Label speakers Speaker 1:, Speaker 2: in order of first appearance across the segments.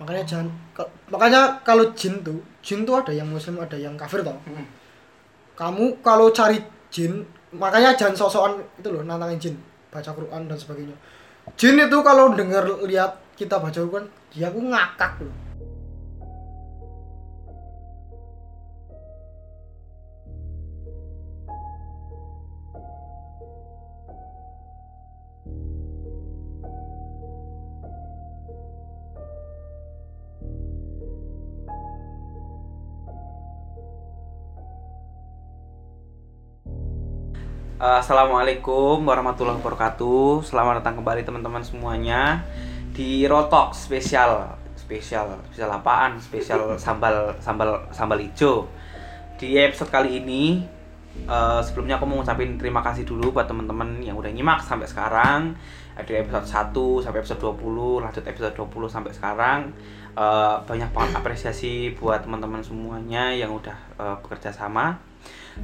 Speaker 1: makanya jangan kal- makanya kalau jin tuh jin tuh ada yang muslim ada yang kafir toh
Speaker 2: Hmm.
Speaker 1: kamu kalau cari jin makanya jangan sok-sokan itu loh nantangin jin baca Quran dan sebagainya jin itu kalau dengar lihat kita baca Quran dia aku ngakak loh
Speaker 3: Eh, Assalamualaikum warahmatullahi wabarakatuh. Selamat datang kembali teman-teman semuanya di Rotok spesial spesial spesial apaan? Spesial sambal sambal sambal hijau. Di episode kali ini eh, sebelumnya aku mau ngucapin terima kasih dulu buat teman-teman yang udah nyimak sampai sekarang. Ada episode 1 sampai episode 20, lanjut episode 20 sampai sekarang. Eh, banyak banget apresiasi buat teman-teman semuanya yang udah eh, bekerja sama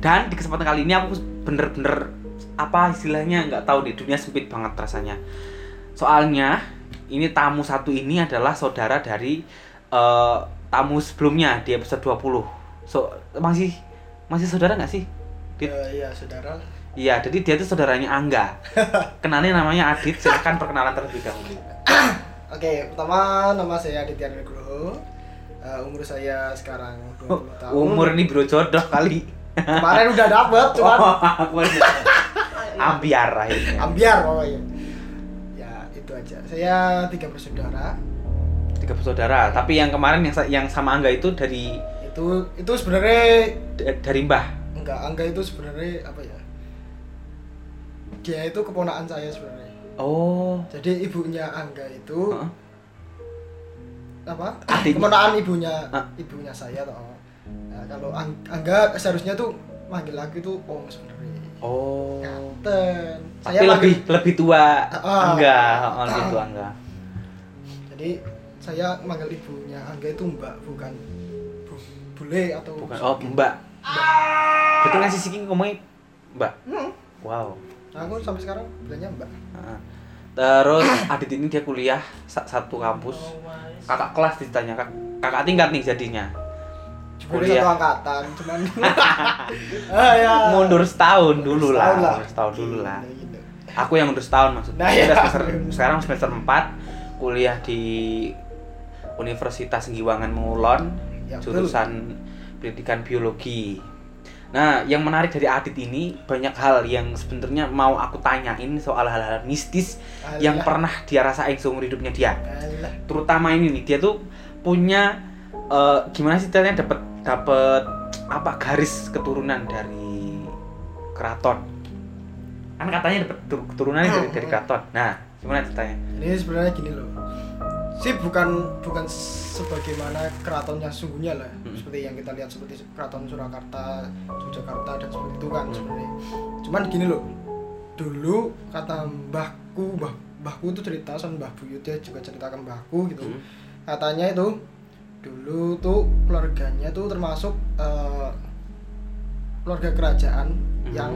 Speaker 3: dan di kesempatan kali ini aku bener-bener apa istilahnya nggak tahu di dunia sempit banget rasanya soalnya ini tamu satu ini adalah saudara dari eh, tamu sebelumnya di episode 20 so masih masih saudara nggak sih Dit.
Speaker 2: Eh, iya, saudara.
Speaker 3: iya jadi dia itu saudaranya Angga kenalnya namanya Adit silahkan perkenalan terlebih dahulu
Speaker 1: Oke, pertama nama saya Aditya Nugroho. Eh, umur saya sekarang
Speaker 3: Oh,
Speaker 1: 20 tahun.
Speaker 3: umur ini bro jodoh kali Oh,
Speaker 1: Kemarin udah dapet, cuman
Speaker 3: Aku aja. ambiar akhirnya
Speaker 1: ambiar pokoknya. Ya, itu aja. Saya tiga bersaudara.
Speaker 3: tiga bersaudara tapi yang kemarin yang sa- yang sama Angga itu dari
Speaker 1: Itu itu sebenarnya
Speaker 3: D- dari Mbah.
Speaker 1: enggak, Angga itu sebenarnya apa ya? Dia itu keponakan saya sebenarnya.
Speaker 3: Oh.
Speaker 1: Jadi ibunya Angga itu
Speaker 3: Heeh.
Speaker 1: apa?
Speaker 3: Adiknya. Ah.
Speaker 1: Keponakan ibunya
Speaker 3: Hah?
Speaker 1: ibunya saya toh. Nah, kalau Ang- Angga seharusnya tuh manggil aku itu om sebenarnya.
Speaker 3: Oh.
Speaker 1: Ya. Kapten.
Speaker 3: Tapi lebih lebih tua
Speaker 1: Ah.
Speaker 3: Angga, oh, lebih tua Angga.
Speaker 1: Jadi saya manggil ibunya Angga itu Mbak bukan bu, bule atau
Speaker 3: Bukan oh Mbak. Betul nggak sih Siki ngomongnya Mbak?
Speaker 1: Ah. Hmm.
Speaker 3: Wow.
Speaker 1: Nah, aku sampai sekarang bilangnya Mbak.
Speaker 3: Ah. Terus Adit ini dia kuliah sa- satu kampus. Kakak kelas ditanya, kak- kakak tingkat nih jadinya.
Speaker 1: Cuma
Speaker 3: Kuliah.
Speaker 1: satu angkatan, cuman ah, ya.
Speaker 3: Mundur setahun dulu lah.
Speaker 1: Setahun
Speaker 3: Mundur setahun dulu lah.
Speaker 1: Gini, gini.
Speaker 3: Aku yang udah setahun maksudnya.
Speaker 1: Nah, iya.
Speaker 3: Udah semester, sekarang semester 4 kuliah di Universitas Giwangan Mengulon
Speaker 1: Ya, betul.
Speaker 3: jurusan pendidikan biologi. Nah, yang menarik dari Adit ini banyak hal yang sebenarnya mau aku tanyain soal hal-hal mistis
Speaker 1: Alah,
Speaker 3: yang pernah dia rasain seumur hidupnya dia.
Speaker 1: alah.
Speaker 3: Terutama ini nih, dia tuh punya eh, gimana sih caranya dapat dapat apa garis keturunan dari keraton. Kan katanya dapat keturunan dari
Speaker 1: Ah,
Speaker 3: dari keraton. Nah, gimana ceritanya?
Speaker 1: Ini sebenarnya gini loh. Sih bukan bukan sebagaimana keraton yang sungguhnya lah,
Speaker 3: Hmm.
Speaker 1: seperti yang kita lihat seperti keraton Surakarta, Yogyakarta dan seperti itu kan
Speaker 3: Hmm.
Speaker 1: sebenarnya. Cuman gini loh. Dulu kata mbahku, mbah, mbahku itu cerita sama Mbah Buyut dia juga cerita ke mbahku gitu.
Speaker 3: Hmm.
Speaker 1: Katanya itu dulu tuh keluarganya tuh termasuk eh, keluarga kerajaan
Speaker 3: Hmm.
Speaker 1: yang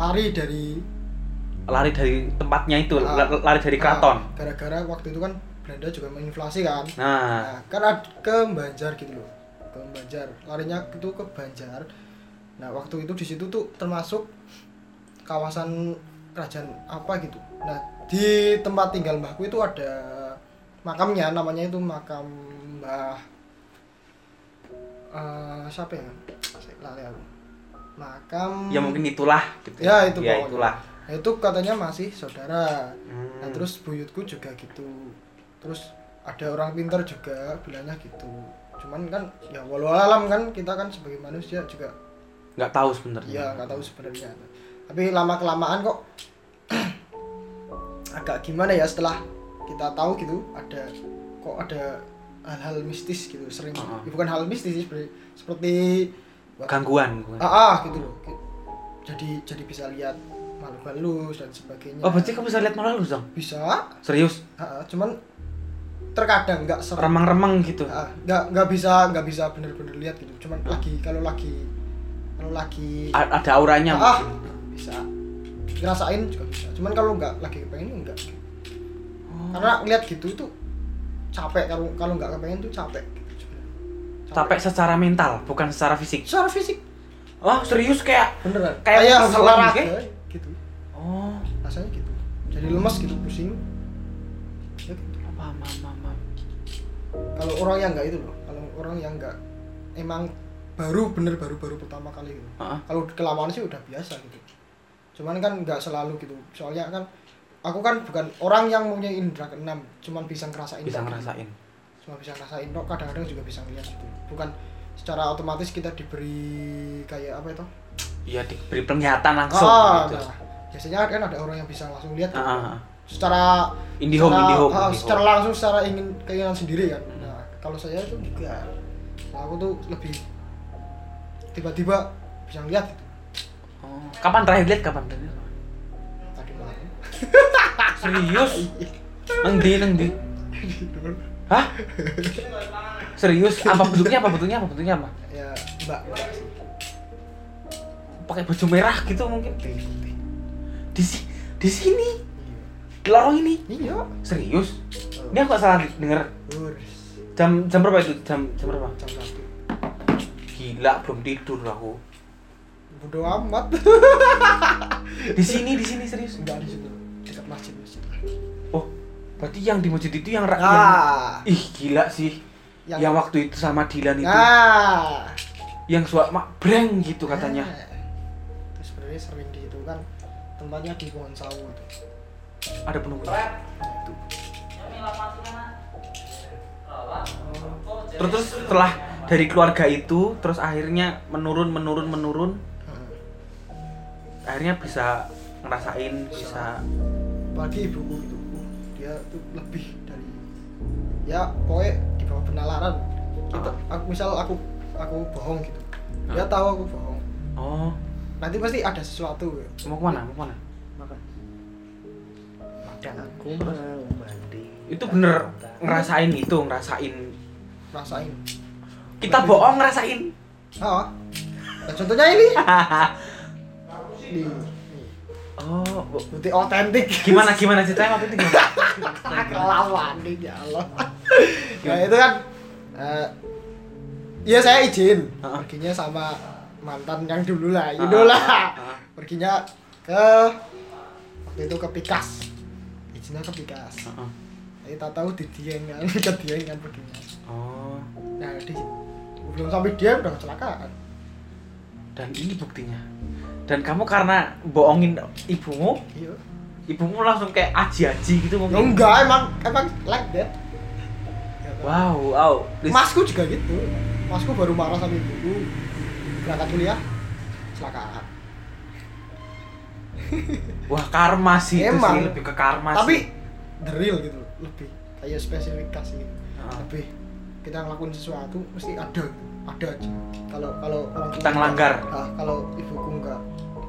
Speaker 1: lari dari
Speaker 3: lari dari tempatnya itu,
Speaker 1: Ah.
Speaker 3: la- lari dari keraton.
Speaker 1: Nah, gara-gara waktu itu kan Belanda juga menginflasi kan.
Speaker 3: Nah,
Speaker 1: Nah, kan ad- ke Banjar gitu loh. Ke Banjar. Larinya itu ke Banjar. Nah, waktu itu di situ tuh termasuk kawasan kerajaan apa gitu. Nah, di tempat tinggal mbahku itu ada makamnya namanya itu makam Mbah eh, siapa ya? Saya Lali aku. Makam
Speaker 3: ya mungkin itulah gitu
Speaker 1: Hmm. Ya, itu
Speaker 3: ya
Speaker 1: pokoknya.
Speaker 3: itulah
Speaker 1: Nah, itu katanya masih saudara.
Speaker 3: Hmm.
Speaker 1: Nah terus buyutku juga gitu. Terus ada orang pintar juga bilangnya gitu. Cuman kan ya walau alam kan kita kan sebagai manusia juga
Speaker 3: nggak tahu sebenarnya
Speaker 1: ya nggak tahu sebenarnya. Tapi lama kelamaan kok agak gimana ya setelah kita tahu gitu ada kok ada hal-hal mistis gitu sering
Speaker 3: Ah, ah.
Speaker 1: Ya, bukan hal mistis sih seperti seperti
Speaker 3: gangguan gangguan.
Speaker 1: ah, ah gitu loh jadi jadi bisa lihat makhluk halus dan sebagainya
Speaker 3: oh berarti kamu bisa lihat malah lu dong
Speaker 1: bisa
Speaker 3: serius
Speaker 1: Ah, cuman terkadang nggak serem
Speaker 3: remang-remang gitu
Speaker 1: Ah, nggak nggak bisa nggak bisa bener-bener lihat gitu cuman lagi kalau lagi kalau lagi
Speaker 3: A- ada auranya
Speaker 1: ah
Speaker 3: mungkin.
Speaker 1: bisa
Speaker 3: Oh.
Speaker 1: ngerasain juga bisa cuman kalau nggak lagi kepengen nggak karena lihat gitu itu capek kalau kalau nggak kepengen tuh capek
Speaker 3: Capek secara mental, bukan secara fisik.
Speaker 1: secara fisik
Speaker 3: Wah, serius kayak
Speaker 1: beneran
Speaker 3: Kayak
Speaker 1: habis
Speaker 3: keselam
Speaker 1: olahraga
Speaker 3: gitu.
Speaker 1: gitu
Speaker 3: Oh,
Speaker 1: rasanya gitu jadi lemes gitu pusing Ya gitu.
Speaker 3: paham, paham, paham, paham.
Speaker 1: kalau orang yang nggak itu loh kalau orang yang nggak emang baru bener baru baru pertama kali gitu
Speaker 3: Heeh.
Speaker 1: kalau kelamaan sih udah biasa gitu cuman kan nggak selalu gitu soalnya kan aku kan bukan orang yang punya indra keenam cuman bisa ngerasain
Speaker 3: Bisa
Speaker 1: doang.
Speaker 3: ngerasain.
Speaker 1: cuma bisa ngerasain kok kadang-kadang juga bisa ngeliat gitu bukan secara otomatis kita diberi kayak apa itu
Speaker 3: Iya, diberi penglihatan langsung
Speaker 1: ah,
Speaker 3: gitu.
Speaker 1: nah, biasanya kan ada orang yang bisa langsung lihat gitu.
Speaker 3: Ah, ah, ah.
Speaker 1: secara
Speaker 3: Indihome,
Speaker 1: secara,
Speaker 3: indihome, gitu.
Speaker 1: ah,
Speaker 3: indihome.
Speaker 1: secara langsung secara ingin keinginan sendiri kan nah kalau saya itu enggak Nah, aku tuh lebih tiba-tiba bisa ngeliat gitu
Speaker 3: Oh. Kapan terakhir lihat kapan terakhir?
Speaker 1: Iya.
Speaker 3: lihat?
Speaker 1: tadi malam
Speaker 3: Serius? Neng di, neng di. Hah? Serius? Apa bentuknya? Apa bentuknya? Apa bentuknya? Apa?
Speaker 1: ya mbak
Speaker 3: Pakai baju merah gitu mungkin.
Speaker 1: Iya.
Speaker 3: Di si di sini, di lorong ini.
Speaker 1: iya
Speaker 3: Serius? Ini aku nggak salah denger.
Speaker 1: Lurus.
Speaker 3: Jam jam berapa itu? Jam jam berapa?
Speaker 1: jam satu
Speaker 3: Gila, belum tidur aku.
Speaker 1: bodo amat
Speaker 3: Di sini, di sini serius.
Speaker 1: enggak di situ dekat masjid masjid
Speaker 3: Oh, berarti yang di masjid itu yang rakyat.
Speaker 1: ah
Speaker 3: Ih, gila sih. Nah. Yang,
Speaker 1: yang
Speaker 3: waktu itu sama Dilan itu.
Speaker 1: ah
Speaker 3: Yang suara mak breng gitu katanya.
Speaker 1: Nah, itu sebenarnya sering di itu kan tempatnya di pohon sawo itu
Speaker 3: Ada penunggu.
Speaker 1: itu
Speaker 3: Oh, Terus, terus setelah dari keluarga itu, terus akhirnya menurun, menurun, menurun,
Speaker 1: Heeh.
Speaker 3: akhirnya bisa ngerasain, bisa
Speaker 1: apalagi ibuku itu dia tuh lebih dari ya pokoknya di bawah penalaran kita aku misal aku aku bohong gitu dia
Speaker 3: Ah.
Speaker 1: tahu aku bohong
Speaker 3: oh,
Speaker 1: nanti pasti ada sesuatu ya.
Speaker 3: mau kemana, mau kemana?
Speaker 2: Aku mau mandi.
Speaker 3: Itu bener ngerasain itu, ngerasain.
Speaker 1: rasain
Speaker 3: Kita bohong ngerasain.
Speaker 1: ah Nah, contohnya ini ini
Speaker 3: Oh, bo-
Speaker 1: bukti otentik
Speaker 3: gimana gimana ceritanya waktu itu gimana?
Speaker 1: kelawan nih ya Allah nah itu kan eh ya saya izin
Speaker 3: Ah.
Speaker 1: perginya sama mantan yang dulu lah
Speaker 3: Ah,
Speaker 1: idola
Speaker 3: ah.
Speaker 1: perginya ke waktu itu ke Pikas izinnya ke Pikas
Speaker 3: Heeh.
Speaker 1: kita tahu di Dieng kan ke Dieng kan perginya
Speaker 3: Oh,
Speaker 1: nah di belum sampai dia udah kecelakaan
Speaker 3: dan ini buktinya. Dan kamu karena bohongin ibumu,
Speaker 1: iya
Speaker 3: ibumu langsung kayak aji-aji gitu
Speaker 1: ya
Speaker 3: mungkin.
Speaker 1: enggak emang emang like that
Speaker 3: Wow, wow. Lis-
Speaker 1: masku juga gitu masku baru marah sama ibuku berangkat kuliah kecelakaan
Speaker 3: Wah karma sih itu
Speaker 1: Emang.
Speaker 3: sih lebih ke karma
Speaker 1: tapi
Speaker 3: sih.
Speaker 1: the real gitu loh, lebih kayak spesifikasi gitu
Speaker 3: Ah.
Speaker 1: lebih kita ngelakuin sesuatu mesti ada ada aja kalau kalau orang
Speaker 3: Kita ngelanggar.
Speaker 1: Ah, kalau ibuku enggak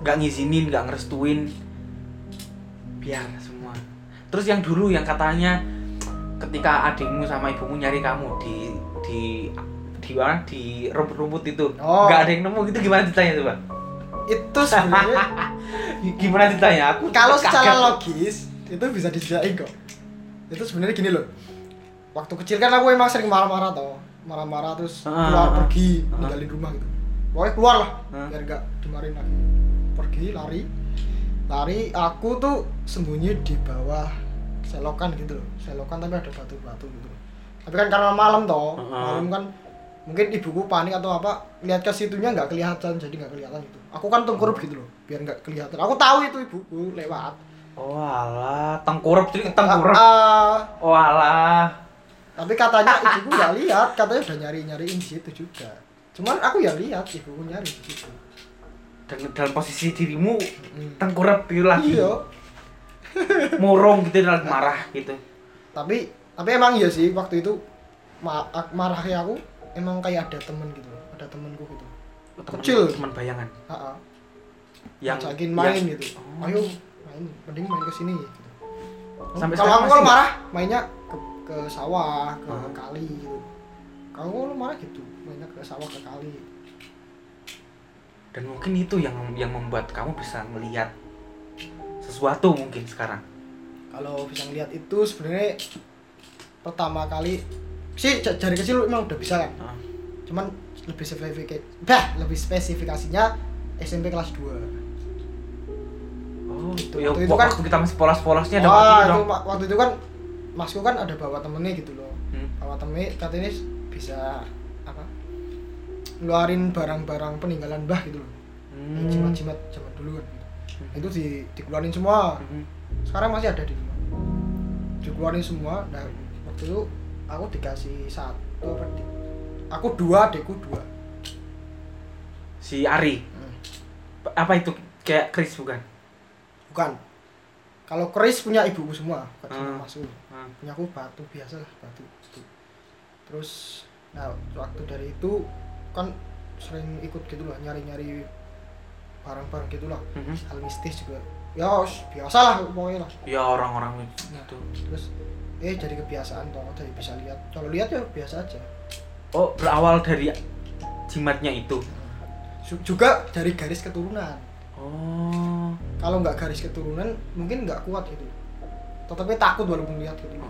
Speaker 3: nggak ngizinin nggak ngerestuin biar semua terus yang dulu yang katanya ketika adikmu sama ibumu nyari kamu di di di mana di rumput-rumput itu
Speaker 1: Oh.
Speaker 3: nggak ada yang nemu gitu gimana ceritanya coba
Speaker 1: itu sebenarnya
Speaker 3: gimana ceritanya aku
Speaker 1: kalau
Speaker 3: kaget.
Speaker 1: secara logis itu bisa dijelain kok itu sebenarnya gini loh waktu kecil kan aku emang sering marah-marah toh marah-marah terus
Speaker 3: Ah,
Speaker 1: keluar
Speaker 3: ah,
Speaker 1: pergi
Speaker 3: ah.
Speaker 1: ninggalin rumah gitu pokoknya keluar lah
Speaker 3: Ah.
Speaker 1: biar gak dimarahin lagi pergi lari lari aku tuh sembunyi di bawah selokan gitu loh selokan tapi ada batu-batu gitu tapi kan karena malam toh
Speaker 3: Ah.
Speaker 1: malam kan mungkin ibuku panik atau apa lihat ke situnya nggak kelihatan jadi nggak kelihatan gitu aku kan tengkurup gitu loh biar nggak kelihatan aku tahu itu ibuku lewat
Speaker 3: oh alah tengkurap jadi tengkurap
Speaker 1: Ah, ah.
Speaker 3: oh alah
Speaker 1: tapi katanya ibuku nggak lihat katanya udah nyari nyariin di situ juga cuman aku ya lihat ibuku nyari di situ
Speaker 3: dan dalam posisi dirimu
Speaker 1: Mm.
Speaker 3: tengkurap gitu lagi
Speaker 1: iya
Speaker 3: murung gitu dalam marah gitu
Speaker 1: tapi tapi emang iya sih waktu itu ma ak- marahnya aku emang kayak ada temen gitu loh. ada temenku gitu
Speaker 3: Temen-
Speaker 1: Kecil.
Speaker 3: teman bayangan
Speaker 1: Ah, ah.
Speaker 3: yang
Speaker 1: ngajakin main
Speaker 3: yang-
Speaker 1: gitu
Speaker 3: Oh.
Speaker 1: ayo main mending main ke sini gitu. kalau
Speaker 3: Sampai sekarang
Speaker 1: aku kalau
Speaker 3: masih
Speaker 1: marah mainnya ke, ke sawah ke
Speaker 3: Ah.
Speaker 1: kali gitu kalau kalau marah gitu mainnya ke sawah ke kali
Speaker 3: dan mungkin itu yang yang membuat kamu bisa melihat sesuatu mungkin sekarang
Speaker 1: kalau bisa ngeliat itu sebenarnya pertama kali sih j- dari kecil lu emang udah bisa kan
Speaker 3: Ah.
Speaker 1: cuman lebih spesifik bah lebih spesifikasinya SMP kelas 2
Speaker 3: Oh, itu,
Speaker 1: Waktu itu
Speaker 3: ya, wak-
Speaker 1: kan-
Speaker 3: waktu kita masih polos-polosnya Iya,
Speaker 1: Wah, itu
Speaker 3: ada waktu itu dong.
Speaker 1: ma- waktu itu kan masku kan ada bawa temennya gitu loh
Speaker 3: Hmm.
Speaker 1: bawa temennya katanya bisa apa ngeluarin barang-barang peninggalan bah gitu loh
Speaker 3: Hmm.
Speaker 1: jimat-jimat zaman dulu kan itu di, dikeluarin semua
Speaker 3: Hmm.
Speaker 1: sekarang masih ada di rumah dikeluarin semua nah waktu itu aku dikasih satu apa di- aku dua adekku dua
Speaker 3: Si Ari.
Speaker 1: Hmm.
Speaker 3: Apa itu? Kayak Chris bukan?
Speaker 1: bukan kalau keris punya ibuku semua bukan cuma
Speaker 3: Hmm.
Speaker 1: masuk
Speaker 3: Hmm.
Speaker 1: punya aku batu biasa lah batu itu. terus nah waktu dari itu kan sering ikut gitu lah nyari-nyari barang-barang gitulah
Speaker 3: Mhm.
Speaker 1: hal mistis juga ya biasa lah pokoknya lah
Speaker 3: Ya orang-orang itu.
Speaker 1: Nah. terus eh jadi kebiasaan toh dari bisa lihat kalau lihat ya biasa aja
Speaker 3: Oh, berawal dari jimatnya itu.
Speaker 1: Su- juga dari garis keturunan
Speaker 3: Oh.
Speaker 1: kalau nggak garis keturunan mungkin nggak kuat gitu tetapi takut walaupun lihat gitu
Speaker 3: Hmm.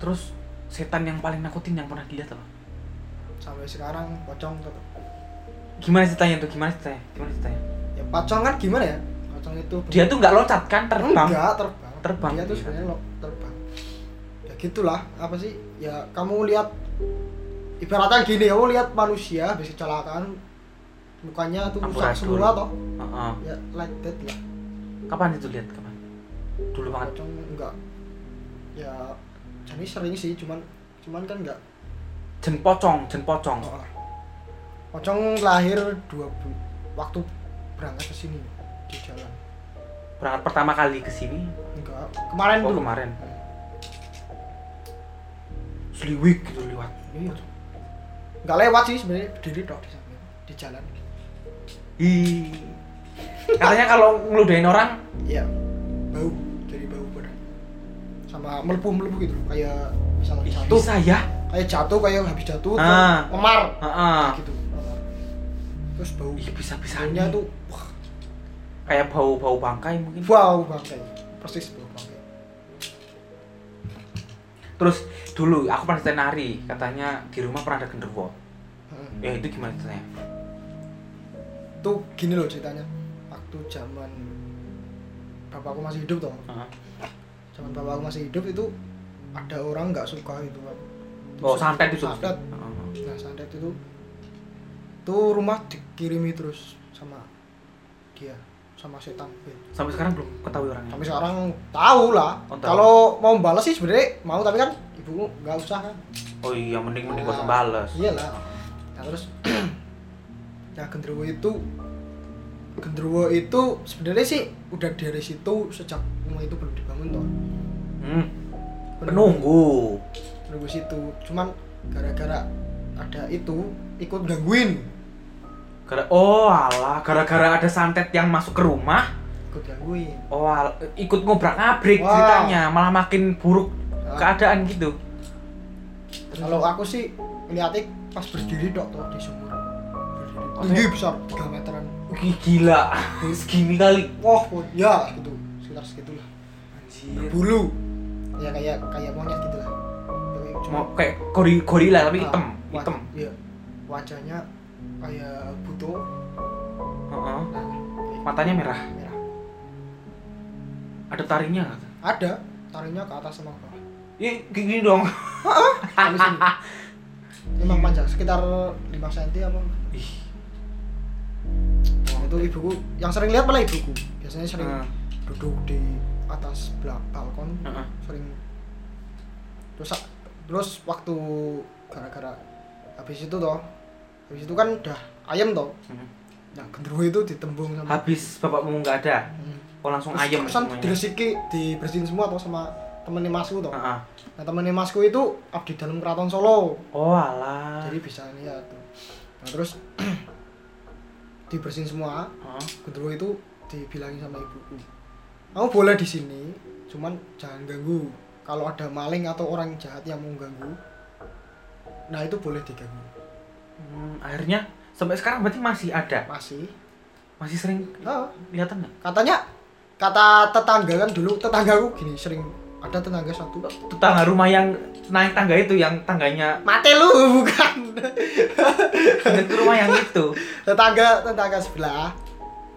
Speaker 3: Terus setan yang paling nakutin yang pernah dilihat apa?
Speaker 1: sampai sekarang pocong tetap
Speaker 3: Gimana ceritanya tuh? Gimana ceritanya? Gimana ceritanya?
Speaker 1: ya pocong kan gimana ya pocong itu
Speaker 3: Dia tuh nggak loncat kan terbang.
Speaker 1: enggak terbang
Speaker 3: Terbang.
Speaker 1: dia tuh
Speaker 3: Iya.
Speaker 1: sebenarnya lo- terbang ya gitulah apa sih ya kamu lihat ibaratnya gini kamu lihat manusia habis kecelakaan mukanya tuh rusak
Speaker 3: Amburadul.
Speaker 1: semua toh
Speaker 3: Heeh.
Speaker 1: ya like that lah
Speaker 3: Kapan itu lihat kapan? Dulu banget.
Speaker 1: pocong enggak ya jadi sering sih cuman cuman kan enggak
Speaker 3: Jen pocong, jen pocong.
Speaker 1: Oh. Pocong lahir dua bu- waktu berangkat ke sini di jalan.
Speaker 3: Berangkat pertama kali ke sini.
Speaker 1: Enggak, kemarin
Speaker 3: Oh,
Speaker 1: dulu.
Speaker 3: kemarin. Sliwik gitu lewat.
Speaker 1: Iya. Enggak lewat sih sebenarnya berdiri dong di samping di jalan.
Speaker 3: Ih. Katanya kalau ngeludahin orang
Speaker 1: Iya. Bau dari bau badan. Sama melepuh-melepuh gitu loh, kayak misalnya jatuh,
Speaker 3: bisa ya.
Speaker 1: kayak jatuh kayak habis jatuh tuh
Speaker 3: Ah.
Speaker 1: memar
Speaker 3: Heeh.
Speaker 1: gitu. memar. Terus bau
Speaker 3: Ih, bisa-bisa.
Speaker 1: baunya Iya, tuh wah,
Speaker 3: kayak bau-bau bangkai mungkin.
Speaker 1: bau bangkai. Persis bau bangkai.
Speaker 3: Terus dulu aku pernah cerita nari, katanya di rumah pernah ada genderuwo.
Speaker 1: Heeh.
Speaker 3: Ya itu gimana ceritanya?
Speaker 1: tuh gini loh ceritanya waktu zaman bapakku masih hidup toh
Speaker 3: Heeh.
Speaker 1: zaman bapakku masih hidup itu ada orang nggak suka itu Pak.
Speaker 3: Oh, santet itu.
Speaker 1: santet
Speaker 3: Heeh.
Speaker 1: nah santet itu tuh rumah dikirimi terus sama dia sama setan
Speaker 3: Sampai sekarang belum ketahui orangnya.
Speaker 1: tapi sekarang tahu lah
Speaker 3: Hmm. Oh, tahu.
Speaker 1: kalau mau balas sih sebenarnya mau tapi kan ibu nggak usah kan
Speaker 3: Oh iya, mending mending
Speaker 1: Ah,
Speaker 3: gua sembales.
Speaker 1: iyalah nah terus nah genderuwo itu genderuwo itu sebenarnya sih udah dari situ sejak rumah itu belum dibangun toh
Speaker 3: Hmm,
Speaker 1: Belum-
Speaker 3: penunggu.
Speaker 1: belum ke situ cuman gara-gara ada itu ikut gangguin
Speaker 3: Gara oh alah, gara-gara ada santet yang masuk ke rumah,
Speaker 1: ikut gangguin
Speaker 3: oh al- ikut ngobrak-ngabrik
Speaker 1: Wah.
Speaker 3: ceritanya, malah makin buruk
Speaker 1: Ah.
Speaker 3: keadaan gitu. Terus-
Speaker 1: kalau aku sih ngeliatnya pas berdiri dok toh di sumur berdiri
Speaker 3: Oh,
Speaker 1: tinggi besar 3 meteran
Speaker 3: Ih, gila, segini kali.
Speaker 1: wah wah, ya gitu sekitar segitulah
Speaker 3: Anjir.
Speaker 1: bulu ya kayak kayak monyet gitu lah Tapi
Speaker 3: Cuma kayak gori- gorila tapi
Speaker 1: Ah,
Speaker 3: hitam,
Speaker 1: waj-
Speaker 3: hitam.
Speaker 1: iya. wajahnya kayak buto
Speaker 3: Heeh.
Speaker 1: nah,
Speaker 3: Matanya merah.
Speaker 1: merah
Speaker 3: Ada taringnya nggak?
Speaker 1: ada taringnya ke atas sama ke bawah
Speaker 3: Ih, gini dong.
Speaker 1: Sampai sini. memang panjang sekitar 5 cm apa
Speaker 3: Ih.
Speaker 1: Nah, itu ibuku yang sering lihat malah ibuku biasanya sering
Speaker 3: Heeh.
Speaker 1: duduk di atas belak balkon
Speaker 3: Heeh.
Speaker 1: sering terus terus waktu gara-gara habis itu toh habis itu kan udah ayam toh
Speaker 3: Heeh.
Speaker 1: nah genderuwo itu ditembung sama
Speaker 3: Habis bapakmu nggak ada,
Speaker 1: Hmm.
Speaker 3: kok langsung
Speaker 1: Terus
Speaker 3: Oh, ayam
Speaker 1: terusan
Speaker 3: semuanya.
Speaker 1: diresiki dibersihin semua toh sama temennya masku toh
Speaker 3: Heeh.
Speaker 1: nah temennya masku itu abdi dalam keraton Solo
Speaker 3: Oh alah.
Speaker 1: jadi bisa lihat tuh nah terus dibersihin semua
Speaker 3: Heeh.
Speaker 1: Genderuwo itu dibilangin sama ibuku kamu boleh di sini cuman jangan ganggu kalau ada maling atau orang jahat yang mau ganggu nah itu boleh diganggu
Speaker 3: Hmm, akhirnya sampai sekarang berarti masih ada,
Speaker 1: masih
Speaker 3: masih sering
Speaker 1: Ah,
Speaker 3: kelihatan nggak?
Speaker 1: katanya kata tetangga kan dulu tetanggaku gini sering ada tetangga satu
Speaker 3: tetangga rumah yang naik tangga itu yang tangganya
Speaker 1: mati lu bukan
Speaker 3: itu rumah yang itu
Speaker 1: tetangga tetangga sebelah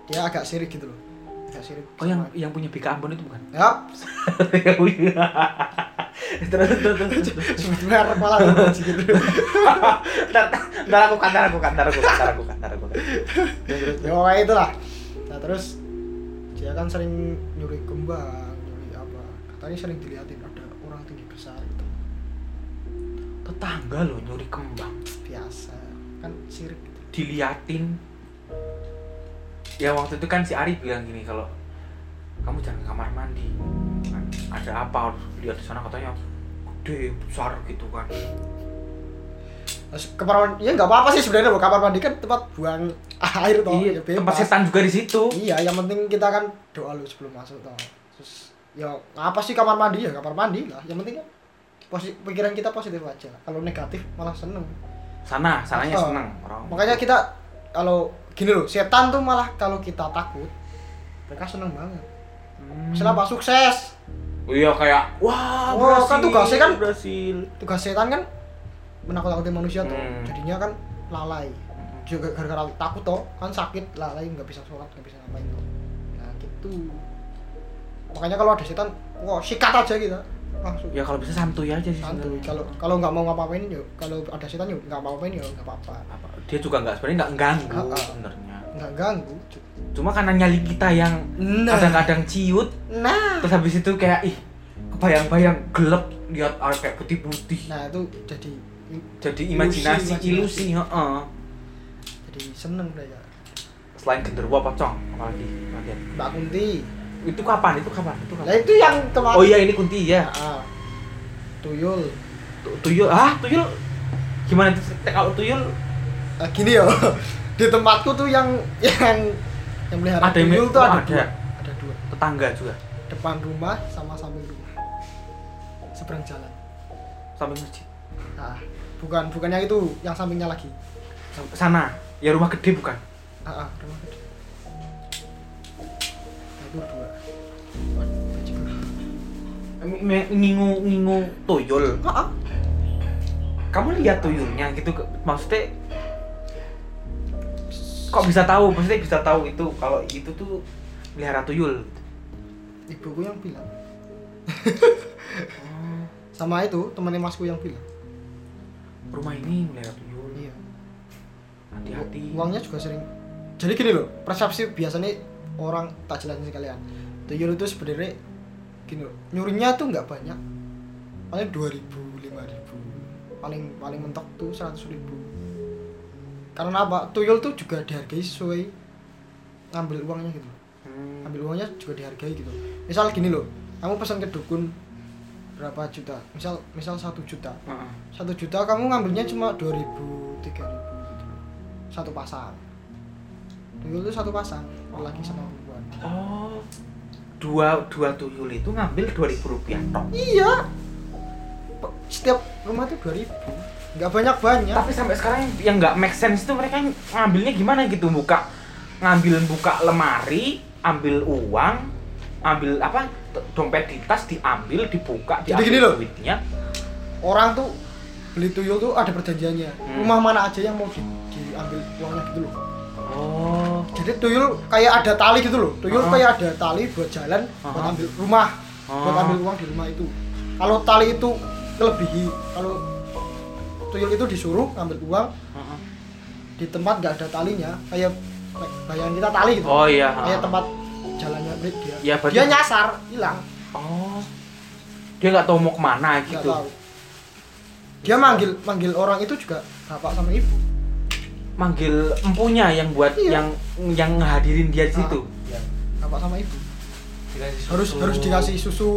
Speaker 1: dia agak sirik gitu loh agak sirik
Speaker 3: oh yang yang punya BK Ambon itu bukan
Speaker 1: ya
Speaker 3: terus terus terus
Speaker 1: sebenarnya kepala lu kunci gitu
Speaker 3: ntar ntar aku kan ntar aku kan ntar aku kan ntar aku kan ntar aku kan Terus, terus,
Speaker 1: ya pokoknya itulah nah terus dia kan sering nyuri kembang nyuri apa katanya sering diliatin ada orang tinggi besar gitu
Speaker 3: tetangga lo nyuri kembang
Speaker 1: biasa kan sirik gitu.
Speaker 3: diliatin ya waktu itu kan si Ari bilang gini kalau kamu jangan ke kamar mandi Kan, ada apa harus lihat di sana katanya gede besar gitu kan
Speaker 1: terus kamar mandi ya nggak apa-apa sih sebenarnya loh, kamar mandi kan tempat buang air toh
Speaker 3: iya
Speaker 1: ya bebas.
Speaker 3: tempat setan juga di situ
Speaker 1: iya yang penting kita kan doa lu sebelum masuk toh terus ya apa sih kamar mandi ya kamar mandi lah yang penting kan posi- pikiran kita positif aja kalau negatif malah seneng
Speaker 3: sana sananya
Speaker 1: Oh.
Speaker 3: seneng orang
Speaker 1: makanya kita kalau gini loh setan tuh malah kalau kita takut mereka seneng banget
Speaker 3: Hmm.
Speaker 1: Selama sukses
Speaker 3: Oh iya kayak wah
Speaker 1: Wah, kan tugasnya kan-
Speaker 3: berhasil
Speaker 1: tugas setan kan menakut-nakuti manusia tuh
Speaker 3: Hmm.
Speaker 1: jadinya kan lalai juga gara-gara takut toh kan sakit lalai nggak bisa sholat nggak bisa ngapain tuh nah gitu makanya kalau ada setan wah sikat aja kita langsung
Speaker 3: ya kalau bisa santuy aja sih
Speaker 1: santuy
Speaker 3: sebenarnya.
Speaker 1: kalau kalau nggak mau ngapa-ngapain yuk kalau ada setan yuk nggak mau ngapain yuk nggak apa-apa
Speaker 3: Apa, dia juga nggak sebenarnya nggak ganggu
Speaker 1: Ah, ah.
Speaker 3: sebenarnya
Speaker 1: nggak ganggu
Speaker 3: cuma karena nyali kita yang
Speaker 1: nah
Speaker 3: kadang-kadang ciut
Speaker 1: nah
Speaker 3: terus habis itu kayak ih kebayang-bayang gelap lihat ada kayak putih-putih
Speaker 1: nah itu jadi
Speaker 3: jadi
Speaker 1: Ilusi,
Speaker 3: imajinasi
Speaker 1: imajinasi.
Speaker 3: ilusi heeh.
Speaker 1: jadi seneng mereka
Speaker 3: selain genderuwo apa cong apalagi kalian
Speaker 1: Mbak Kunti
Speaker 3: itu kapan itu kapan itu kapan
Speaker 1: lah itu yang kemarin
Speaker 3: oh iya ini kunti ya
Speaker 1: Ah. tuyul
Speaker 3: Tu- tuyul ah tuyul gimana itu kalau tuyul
Speaker 1: Ah, gini ya di tempatku tuh yang yang yang melihara
Speaker 3: Ada yang-
Speaker 1: tuyul tuh
Speaker 3: oh,
Speaker 1: ada,
Speaker 3: ada.
Speaker 1: dua ada dua
Speaker 3: tetangga juga
Speaker 1: depan rumah sama samping rumah seberang jalan
Speaker 3: sampai masjid
Speaker 1: nah bukan bukan yang itu yang sampingnya lagi
Speaker 3: Sam- sana ya rumah gede bukan
Speaker 1: ah, ah rumah gede nah, itu dua Waduh, bajingan.
Speaker 3: Me- me- ngingu ngingu tuyul
Speaker 1: ah, ah.
Speaker 3: kamu lihat tuyulnya gitu ke- maksudnya kok bisa tahu maksudnya bisa tahu itu kalau itu tuh melihara tuyul
Speaker 1: ibuku yang bilang Oh. sama itu temannya masku yang bilang
Speaker 3: rumah ini melihara tuyul
Speaker 1: iya
Speaker 3: hati-hati
Speaker 1: uangnya juga sering jadi gini loh persepsi biasanya orang tak jelasin sekalian tuyul itu sebenarnya gini loh nyurinya tuh nggak banyak paling 2000 5000 paling paling mentok tuh 100.000 karena apa tuyul tuh juga dihargai sesuai ngambil uangnya gitu
Speaker 3: Hmm.
Speaker 1: ambil uangnya juga dihargai gitu misal gini loh kamu pesan ke dukun berapa juta misal misal satu juta
Speaker 3: Heeh.
Speaker 1: satu juta kamu ngambilnya cuma dua ribu tiga ribu gitu satu pasang dulu tuh satu pasang lagi sama perempuan
Speaker 3: oh dua dua tuyul itu ngambil dua ribu rupiah tok
Speaker 1: iya Pe- setiap rumah tuh dua ribu nggak banyak banyak
Speaker 3: tapi sampai sekarang yang- yang nggak make sense itu mereka ngambilnya gimana gitu buka ngambil buka lemari ambil uang ambil apa t- dompet di tas diambil dibuka
Speaker 1: Jadi
Speaker 3: diambil
Speaker 1: gini loh.
Speaker 3: duitnya
Speaker 1: orang tuh beli tuyul tuh ada perjanjiannya
Speaker 3: Hmm.
Speaker 1: rumah mana aja yang mau di- diambil uangnya gitu loh
Speaker 3: oh
Speaker 1: jadi tuyul kayak ada tali gitu loh tuyul
Speaker 3: Ah.
Speaker 1: kayak ada tali buat jalan buat
Speaker 3: Ah.
Speaker 1: ambil rumah buat
Speaker 3: Ah.
Speaker 1: ambil uang di rumah itu kalau tali itu kelebihi kalau tuyul itu disuruh ngambil uang
Speaker 3: Heeh.
Speaker 1: di tempat nggak ada talinya kayak kayak bayangan kita tali gitu
Speaker 3: Oh iya.
Speaker 1: kayak tempat jalannya dia
Speaker 3: Ya, berarti-
Speaker 1: dia nyasar hilang
Speaker 3: Oh. Dia nggak tahu mau kemana
Speaker 1: nggak
Speaker 3: gitu.
Speaker 1: tahu dia manggil manggil orang itu juga bapak sama ibu
Speaker 3: Manggil empunya yang buat
Speaker 1: Iya.
Speaker 3: yang yang ngehadirin dia di situ.
Speaker 1: Ah, iya. bapak sama ibu
Speaker 2: Dikasih susu,
Speaker 1: harus
Speaker 3: Oh.
Speaker 1: harus dikasih susu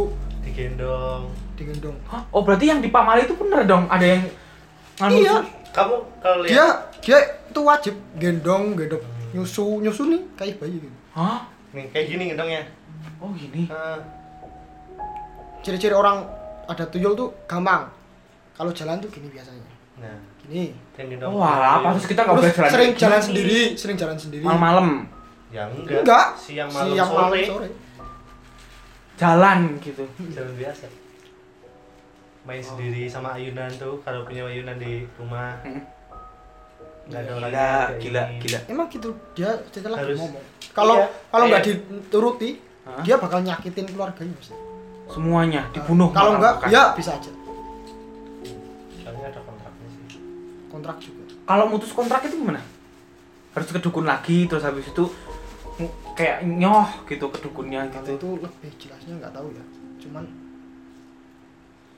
Speaker 2: digendong.
Speaker 1: digendong
Speaker 3: Hah? Oh berarti yang di Pamali itu bener dong ada yang nganu
Speaker 1: Iya.
Speaker 3: su-
Speaker 2: Kamu kalau
Speaker 1: dia
Speaker 2: lihat
Speaker 1: dia itu wajib gendong gendong nyusu nyusu nih kayak bayi gitu
Speaker 3: Hah?
Speaker 2: nih kayak gini gendongnya.
Speaker 3: Oh gini.
Speaker 2: Ah,
Speaker 1: ciri-ciri orang ada tuyul tuh gampang kalau jalan tuh gini biasanya
Speaker 2: Nah,
Speaker 1: gini
Speaker 2: kan gendong.
Speaker 3: Oh alah, apa terus kita nggak boleh
Speaker 1: terus
Speaker 3: jalan
Speaker 1: sering
Speaker 3: kayak
Speaker 1: jalan
Speaker 3: gini.
Speaker 1: sendiri sering jalan sendiri
Speaker 3: malam-malam.
Speaker 2: Ya enggak.
Speaker 1: enggak
Speaker 2: Siang malam sore.
Speaker 1: sore.
Speaker 3: jalan gitu
Speaker 2: jalan biasa main sendiri sama ayunan tuh kalau punya ayunan di rumah
Speaker 3: Hmm.
Speaker 2: nggak ada orangnya
Speaker 3: gila
Speaker 2: kayak
Speaker 3: gila
Speaker 2: gini.
Speaker 3: gila
Speaker 1: emang gitu dia cerita lagi
Speaker 2: Harus-
Speaker 1: ngomong kalau
Speaker 2: Iya.
Speaker 1: kalau nggak
Speaker 2: Iya.
Speaker 1: dituruti
Speaker 3: Hah?
Speaker 1: dia bakal nyakitin keluarganya pasti.
Speaker 3: semuanya dibunuh kan?
Speaker 1: kalau
Speaker 3: malah,
Speaker 1: nggak
Speaker 3: bahkan.
Speaker 1: ya bisa aja
Speaker 2: soalnya ada kontraknya sih
Speaker 1: kontrak juga
Speaker 3: kalau mutus kontrak itu gimana harus ke dukun lagi terus habis itu ng- kayak nyoh gitu ke dukunnya
Speaker 1: kalau
Speaker 3: gitu
Speaker 1: itu lebih jelasnya nggak tahu ya cuman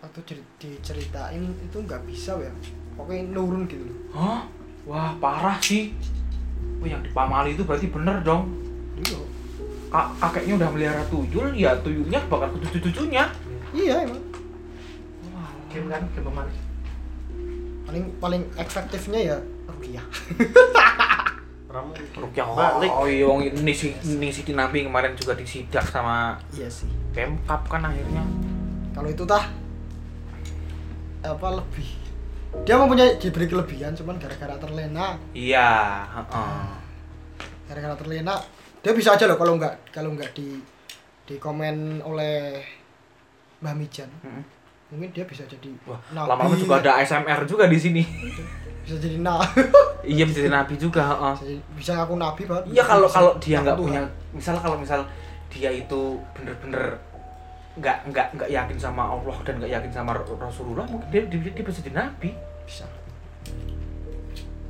Speaker 1: waktu diri- diceritain itu nggak bisa ya pokoknya nurun gitu loh
Speaker 3: Hah? wah parah sih Wah, yang dipamali itu berarti bener dong
Speaker 1: Iya.
Speaker 3: Ka- kakeknya udah melihara tuyul ya tuyulnya bakal ke cucu-cucunya
Speaker 1: iya emang
Speaker 2: game kan game pemain
Speaker 1: paling paling efektifnya ya rupiah
Speaker 2: ramu
Speaker 3: Rukyah
Speaker 2: Balik.
Speaker 3: oh iya wong ini si ini si Tinampi kemarin juga disidak sama
Speaker 1: iya sih
Speaker 3: Pemkap kan akhirnya
Speaker 1: kalau itu tah apa lebih dia mempunyai diberi kelebihan cuman gara-gara terlena
Speaker 3: iya heeh.
Speaker 1: gara-gara terlena dia bisa aja loh kalau nggak kalau nggak di di komen oleh Mbak Mijan
Speaker 3: Mm.
Speaker 1: mungkin dia bisa jadi
Speaker 3: wah
Speaker 1: nabi,
Speaker 3: lama-lama juga ada ASMR juga di sini
Speaker 1: bisa jadi na
Speaker 3: iya bisa jadi nabi juga heeh.
Speaker 1: bisa, bisa ngaku nabi banget
Speaker 3: Iya kalau
Speaker 1: Bisa
Speaker 3: kalau dia
Speaker 1: ngaku
Speaker 3: nggak
Speaker 1: Tuhan.
Speaker 3: punya, misal kalau misal dia itu bener-bener nggak nggak nggak yakin sama Allah dan nggak yakin sama Ra- Rasulullah, mungkin dia, dia, dia bisa jadi nabi.
Speaker 1: bisa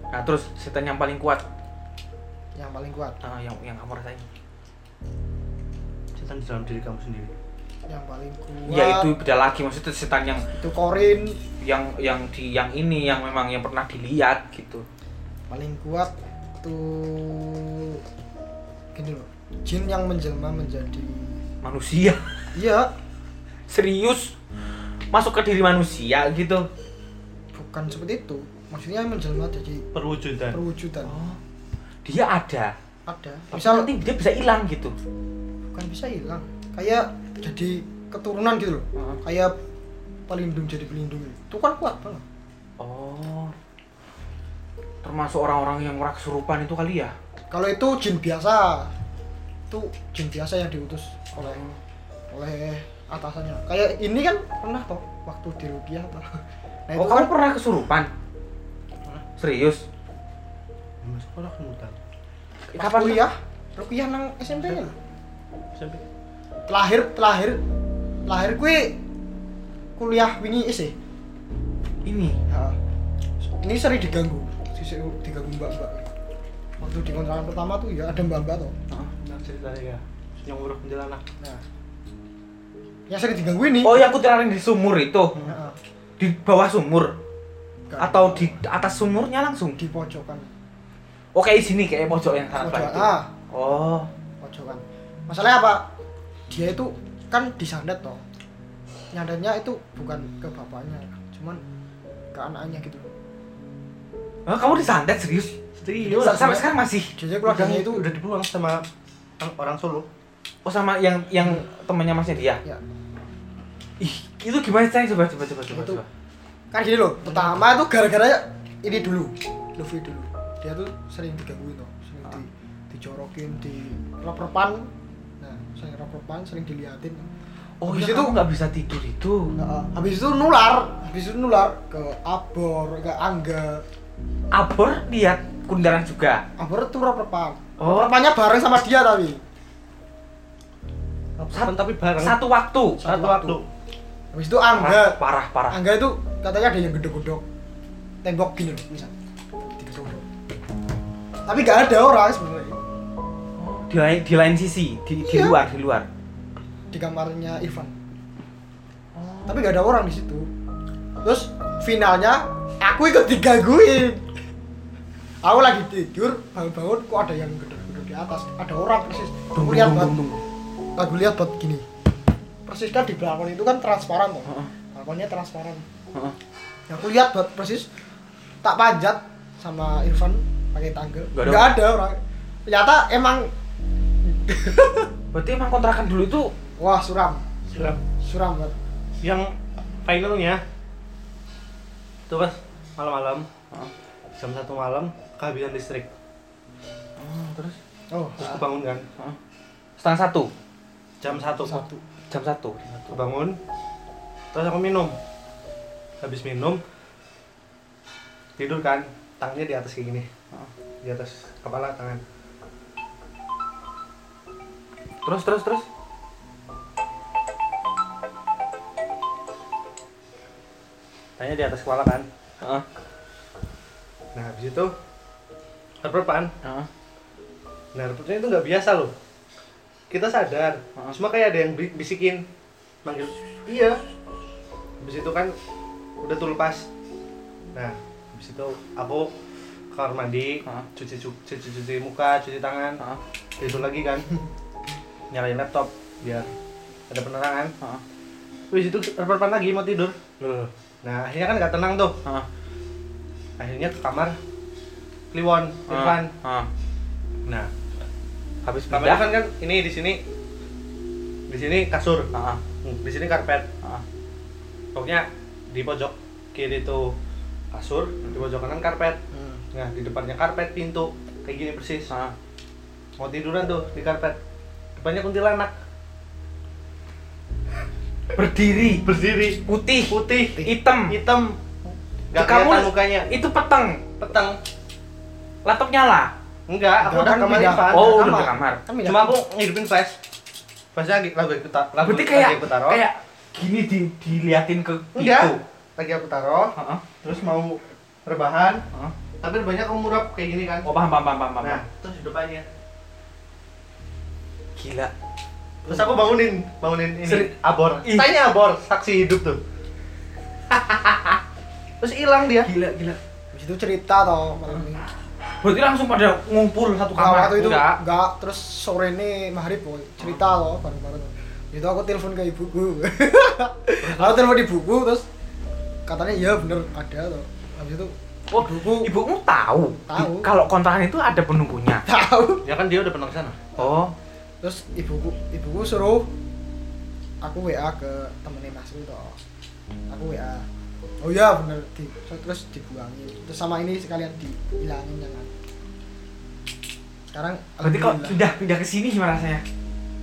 Speaker 3: Nah terus setan yang paling kuat
Speaker 1: yang paling kuat
Speaker 3: eh, yang yang kamu rasain,
Speaker 2: setan di dalam diri kamu sendiri
Speaker 1: yang paling kuat
Speaker 3: ya itu beda lagi maksudnya setan yang
Speaker 1: itu korin
Speaker 3: yang yang di yang ini yang memang yang pernah dilihat gitu.
Speaker 1: paling kuat tuh gini loh jin yang menjelma menjadi
Speaker 3: Manusia
Speaker 1: iya
Speaker 3: serius masuk ke diri manusia gitu.
Speaker 1: bukan seperti itu maksudnya menjelma jadi
Speaker 2: perwujudan
Speaker 1: perwujudan
Speaker 3: Oh, dia ada,
Speaker 1: ada
Speaker 3: tapi
Speaker 1: misal
Speaker 3: nanti dia bisa hilang gitu.
Speaker 1: bukan bisa hilang kayak jadi keturunan gitu loh
Speaker 3: Heeh.
Speaker 1: kayak pelindung jadi pelindung itu kan kuat banget
Speaker 3: Oh, termasuk orang-orang yang orang kesurupan itu kali ya?
Speaker 1: kalau itu jin biasa itu jin biasa yang diutus oleh oleh atasannya kayak ini kan pernah toh waktu di Rupiah toh nah itu
Speaker 3: oh,
Speaker 1: kan
Speaker 3: kamu pernah kesurupan?
Speaker 1: Pernah.
Speaker 3: Serius?
Speaker 2: masuk kan orang muda
Speaker 1: pas
Speaker 3: Kapan?
Speaker 1: kuliah Rupiah nang SMP nya
Speaker 2: SMP
Speaker 1: kan? lahir lahir lahir kue kuliah wingi isi
Speaker 3: Ini.
Speaker 1: Nah, ini sering diganggu Sisi- diganggu mbak mbak waktu di kontrakan pertama tuh ya ada mbak mbak toh
Speaker 2: nah ceritanya ya yang urut penjelanak
Speaker 1: nah yang sering diganggu ini
Speaker 3: Oh, yang kutilaring di sumur itu?
Speaker 1: Nah,
Speaker 3: Di bawah sumur?
Speaker 1: bukan.
Speaker 3: Atau di atas sumurnya langsung?
Speaker 1: di pojokan
Speaker 3: Oh, kayak sini, kayak pojok yang sana
Speaker 1: pojokan
Speaker 3: itu.
Speaker 1: ah
Speaker 3: Oh,
Speaker 1: pojokan masalahnya apa dia itu kan disandet toh nyandatnya itu bukan ke bapaknya cuman ke anaknya gitu
Speaker 3: Hah, kamu disantet serius?
Speaker 2: serius
Speaker 3: Sa- Sampai sekarang masih?
Speaker 1: jadi keluarganya itu
Speaker 2: udah dibuang sama orang- orang Solo
Speaker 3: Oh, sama yang yang temannya masnya dia?
Speaker 1: ya
Speaker 3: Ih, itu gimana caranya? Coba, coba, coba, coba.
Speaker 1: Itu.
Speaker 3: coba.
Speaker 1: kan gini loh pertama itu gara-gara ini dulu Luffy dulu dia tuh sering digangguin tuh sering di, dijorokin di leperpan nah sering leperpan sering diliatin
Speaker 3: Oh,
Speaker 1: Habis
Speaker 3: iya,
Speaker 1: itu-
Speaker 3: kamu nggak bisa tidur itu.
Speaker 1: nah, habis itu nular habis itu nular ke abor ke angga
Speaker 3: Abor lihat kundaran juga.
Speaker 1: abor tuh leperpan
Speaker 3: Oh.
Speaker 1: leperpannya bareng sama dia tapi
Speaker 2: Satu tapi bareng
Speaker 3: satu waktu
Speaker 2: satu waktu
Speaker 1: habis itu angga
Speaker 3: parah parah
Speaker 1: angga itu katanya ada yang gedok-gedok tembok gini loh misal digedok-gedok tapi gak ada orang sebenarnya
Speaker 3: di lain di lain sisi di, di
Speaker 1: Iya.
Speaker 3: luar di luar
Speaker 1: di kamarnya Ivan. Tapi gak ada orang di situ. Terus finalnya aku ikut digangguin. Aku lagi tidur, bangun-bangun kok ada yang gedor-gedor di atas. Ada orang persis. Aku lihat banget. Aku lihat banget gini. Persis kan di balkon itu kan transparan tuh.
Speaker 3: Heeh.
Speaker 1: Balkonnya transparan.
Speaker 3: Heeh.
Speaker 1: Ya, aku lihat banget persis tak panjat sama Irfan pakai tangga.
Speaker 3: Gak ada
Speaker 1: Gak
Speaker 3: orang.
Speaker 1: ada orang. Ternyata emang
Speaker 3: berarti emang kontrakan dulu itu
Speaker 1: wah suram,
Speaker 2: Sudah.
Speaker 1: suram banget.
Speaker 2: yang finalnya tuh pas malam-malam
Speaker 3: Heeh.
Speaker 2: jam satu malam kehabisan listrik
Speaker 3: terus
Speaker 1: Oh,
Speaker 2: terus kebangun kan
Speaker 3: Heeh. Hmm, setengah satu
Speaker 2: jam satu
Speaker 1: satu.
Speaker 3: jam satu
Speaker 2: Aku bangun terus aku minum habis minum tidur kan tangannya di atas kayak gini di atas kepala tangan
Speaker 3: terus terus terus
Speaker 2: tangannya di atas kepala kan
Speaker 3: Heeh.
Speaker 2: nah habis itu terperpan
Speaker 3: Heeh.
Speaker 2: nah terperpannya itu nggak biasa loh kita sadar
Speaker 3: Heeh.
Speaker 2: cuma kayak ada yang bi- bisikin manggil iya habis itu kan udah tuh lepas nah habis itu aku ke kamar mandi
Speaker 3: Heeh.
Speaker 2: cuci cu- cuci cuci muka cuci tangan
Speaker 3: Heeh.
Speaker 2: tidur lagi kan nyalain laptop biar ada penerangan
Speaker 3: Heeh.
Speaker 2: wis itu perpan lagi mau tidur
Speaker 3: Loh, loh.
Speaker 2: nah akhirnya kan nggak tenang tuh
Speaker 3: Heeh.
Speaker 2: akhirnya ke kamar Kliwon Irfan
Speaker 3: Heeh.
Speaker 2: nah
Speaker 3: habis
Speaker 2: kamar
Speaker 3: pindah
Speaker 2: Irfan kan ini di sini di sini kasur
Speaker 3: Heeh.
Speaker 2: Hmm, di sini karpet
Speaker 3: Heeh.
Speaker 2: pokoknya di pojok kiri itu kasur di pojok kanan karpet
Speaker 1: Hmm.
Speaker 2: nah di depannya karpet pintu kayak gini persis
Speaker 3: Heeh.
Speaker 2: mau tiduran tuh di karpet depannya kuntilanak
Speaker 3: berdiri
Speaker 2: berdiri
Speaker 3: putih
Speaker 2: putih
Speaker 3: hitam
Speaker 2: hitam nggak
Speaker 3: Kamu-
Speaker 2: kelihatan mukanya
Speaker 3: itu peteng
Speaker 2: peteng
Speaker 3: laptop nyala
Speaker 2: enggak
Speaker 1: Nggak,
Speaker 2: aku udah
Speaker 1: kan
Speaker 2: kamar
Speaker 1: pindah.
Speaker 2: Irfan
Speaker 3: oh
Speaker 1: kamar.
Speaker 3: udah ke kamar
Speaker 1: Kan pindah.
Speaker 2: cuma aku ngidupin flash flashnya lagi lagu yang kita lagu
Speaker 3: berarti kayak
Speaker 2: lagi aku taruh
Speaker 3: kayak gitu. gini di, diliatin ke
Speaker 2: enggak
Speaker 3: pintu
Speaker 2: lagi aku taruh
Speaker 3: Heeh.
Speaker 2: terus mau rebahan
Speaker 3: Heeh.
Speaker 2: tapi banyak aku murap kayak gini kan
Speaker 3: oh paham paham paham paham paham.
Speaker 2: nah terus di depannya
Speaker 3: gila
Speaker 2: terus aku bangunin bangunin ini
Speaker 3: Seri-
Speaker 2: abor
Speaker 3: Ih.
Speaker 2: tanya abor saksi hidup tuh terus hilang dia
Speaker 3: gila gila
Speaker 1: Habis itu cerita toh malam ini.
Speaker 3: berarti langsung pada ngumpul satu
Speaker 1: Nah,
Speaker 3: kamar
Speaker 1: waktu itu
Speaker 3: enggak
Speaker 1: enggak. terus sore ini maghrib boy. cerita loh bareng-bareng. Itu aku telepon ke ibuku. aku telepon ibuku terus katanya iya bener ada loh. Habis itu
Speaker 3: oh
Speaker 1: ibuku
Speaker 3: ibumu tahu,
Speaker 1: Tahu.
Speaker 3: Di- kalau kontrakan itu ada penunggunya
Speaker 1: tahu.
Speaker 2: ya kan dia udah pernah kesana
Speaker 3: oh
Speaker 1: Terus ibuku ibuku suruh aku WA ke temennya Mas itu toh. Aku WA. Oh iya bener di terus dibuangin. Terus sama ini sekalian dihilangin jangan. Sekarang
Speaker 3: berarti kalau
Speaker 1: alhamdulillah.
Speaker 3: pindah pindah ke sini gimana rasanya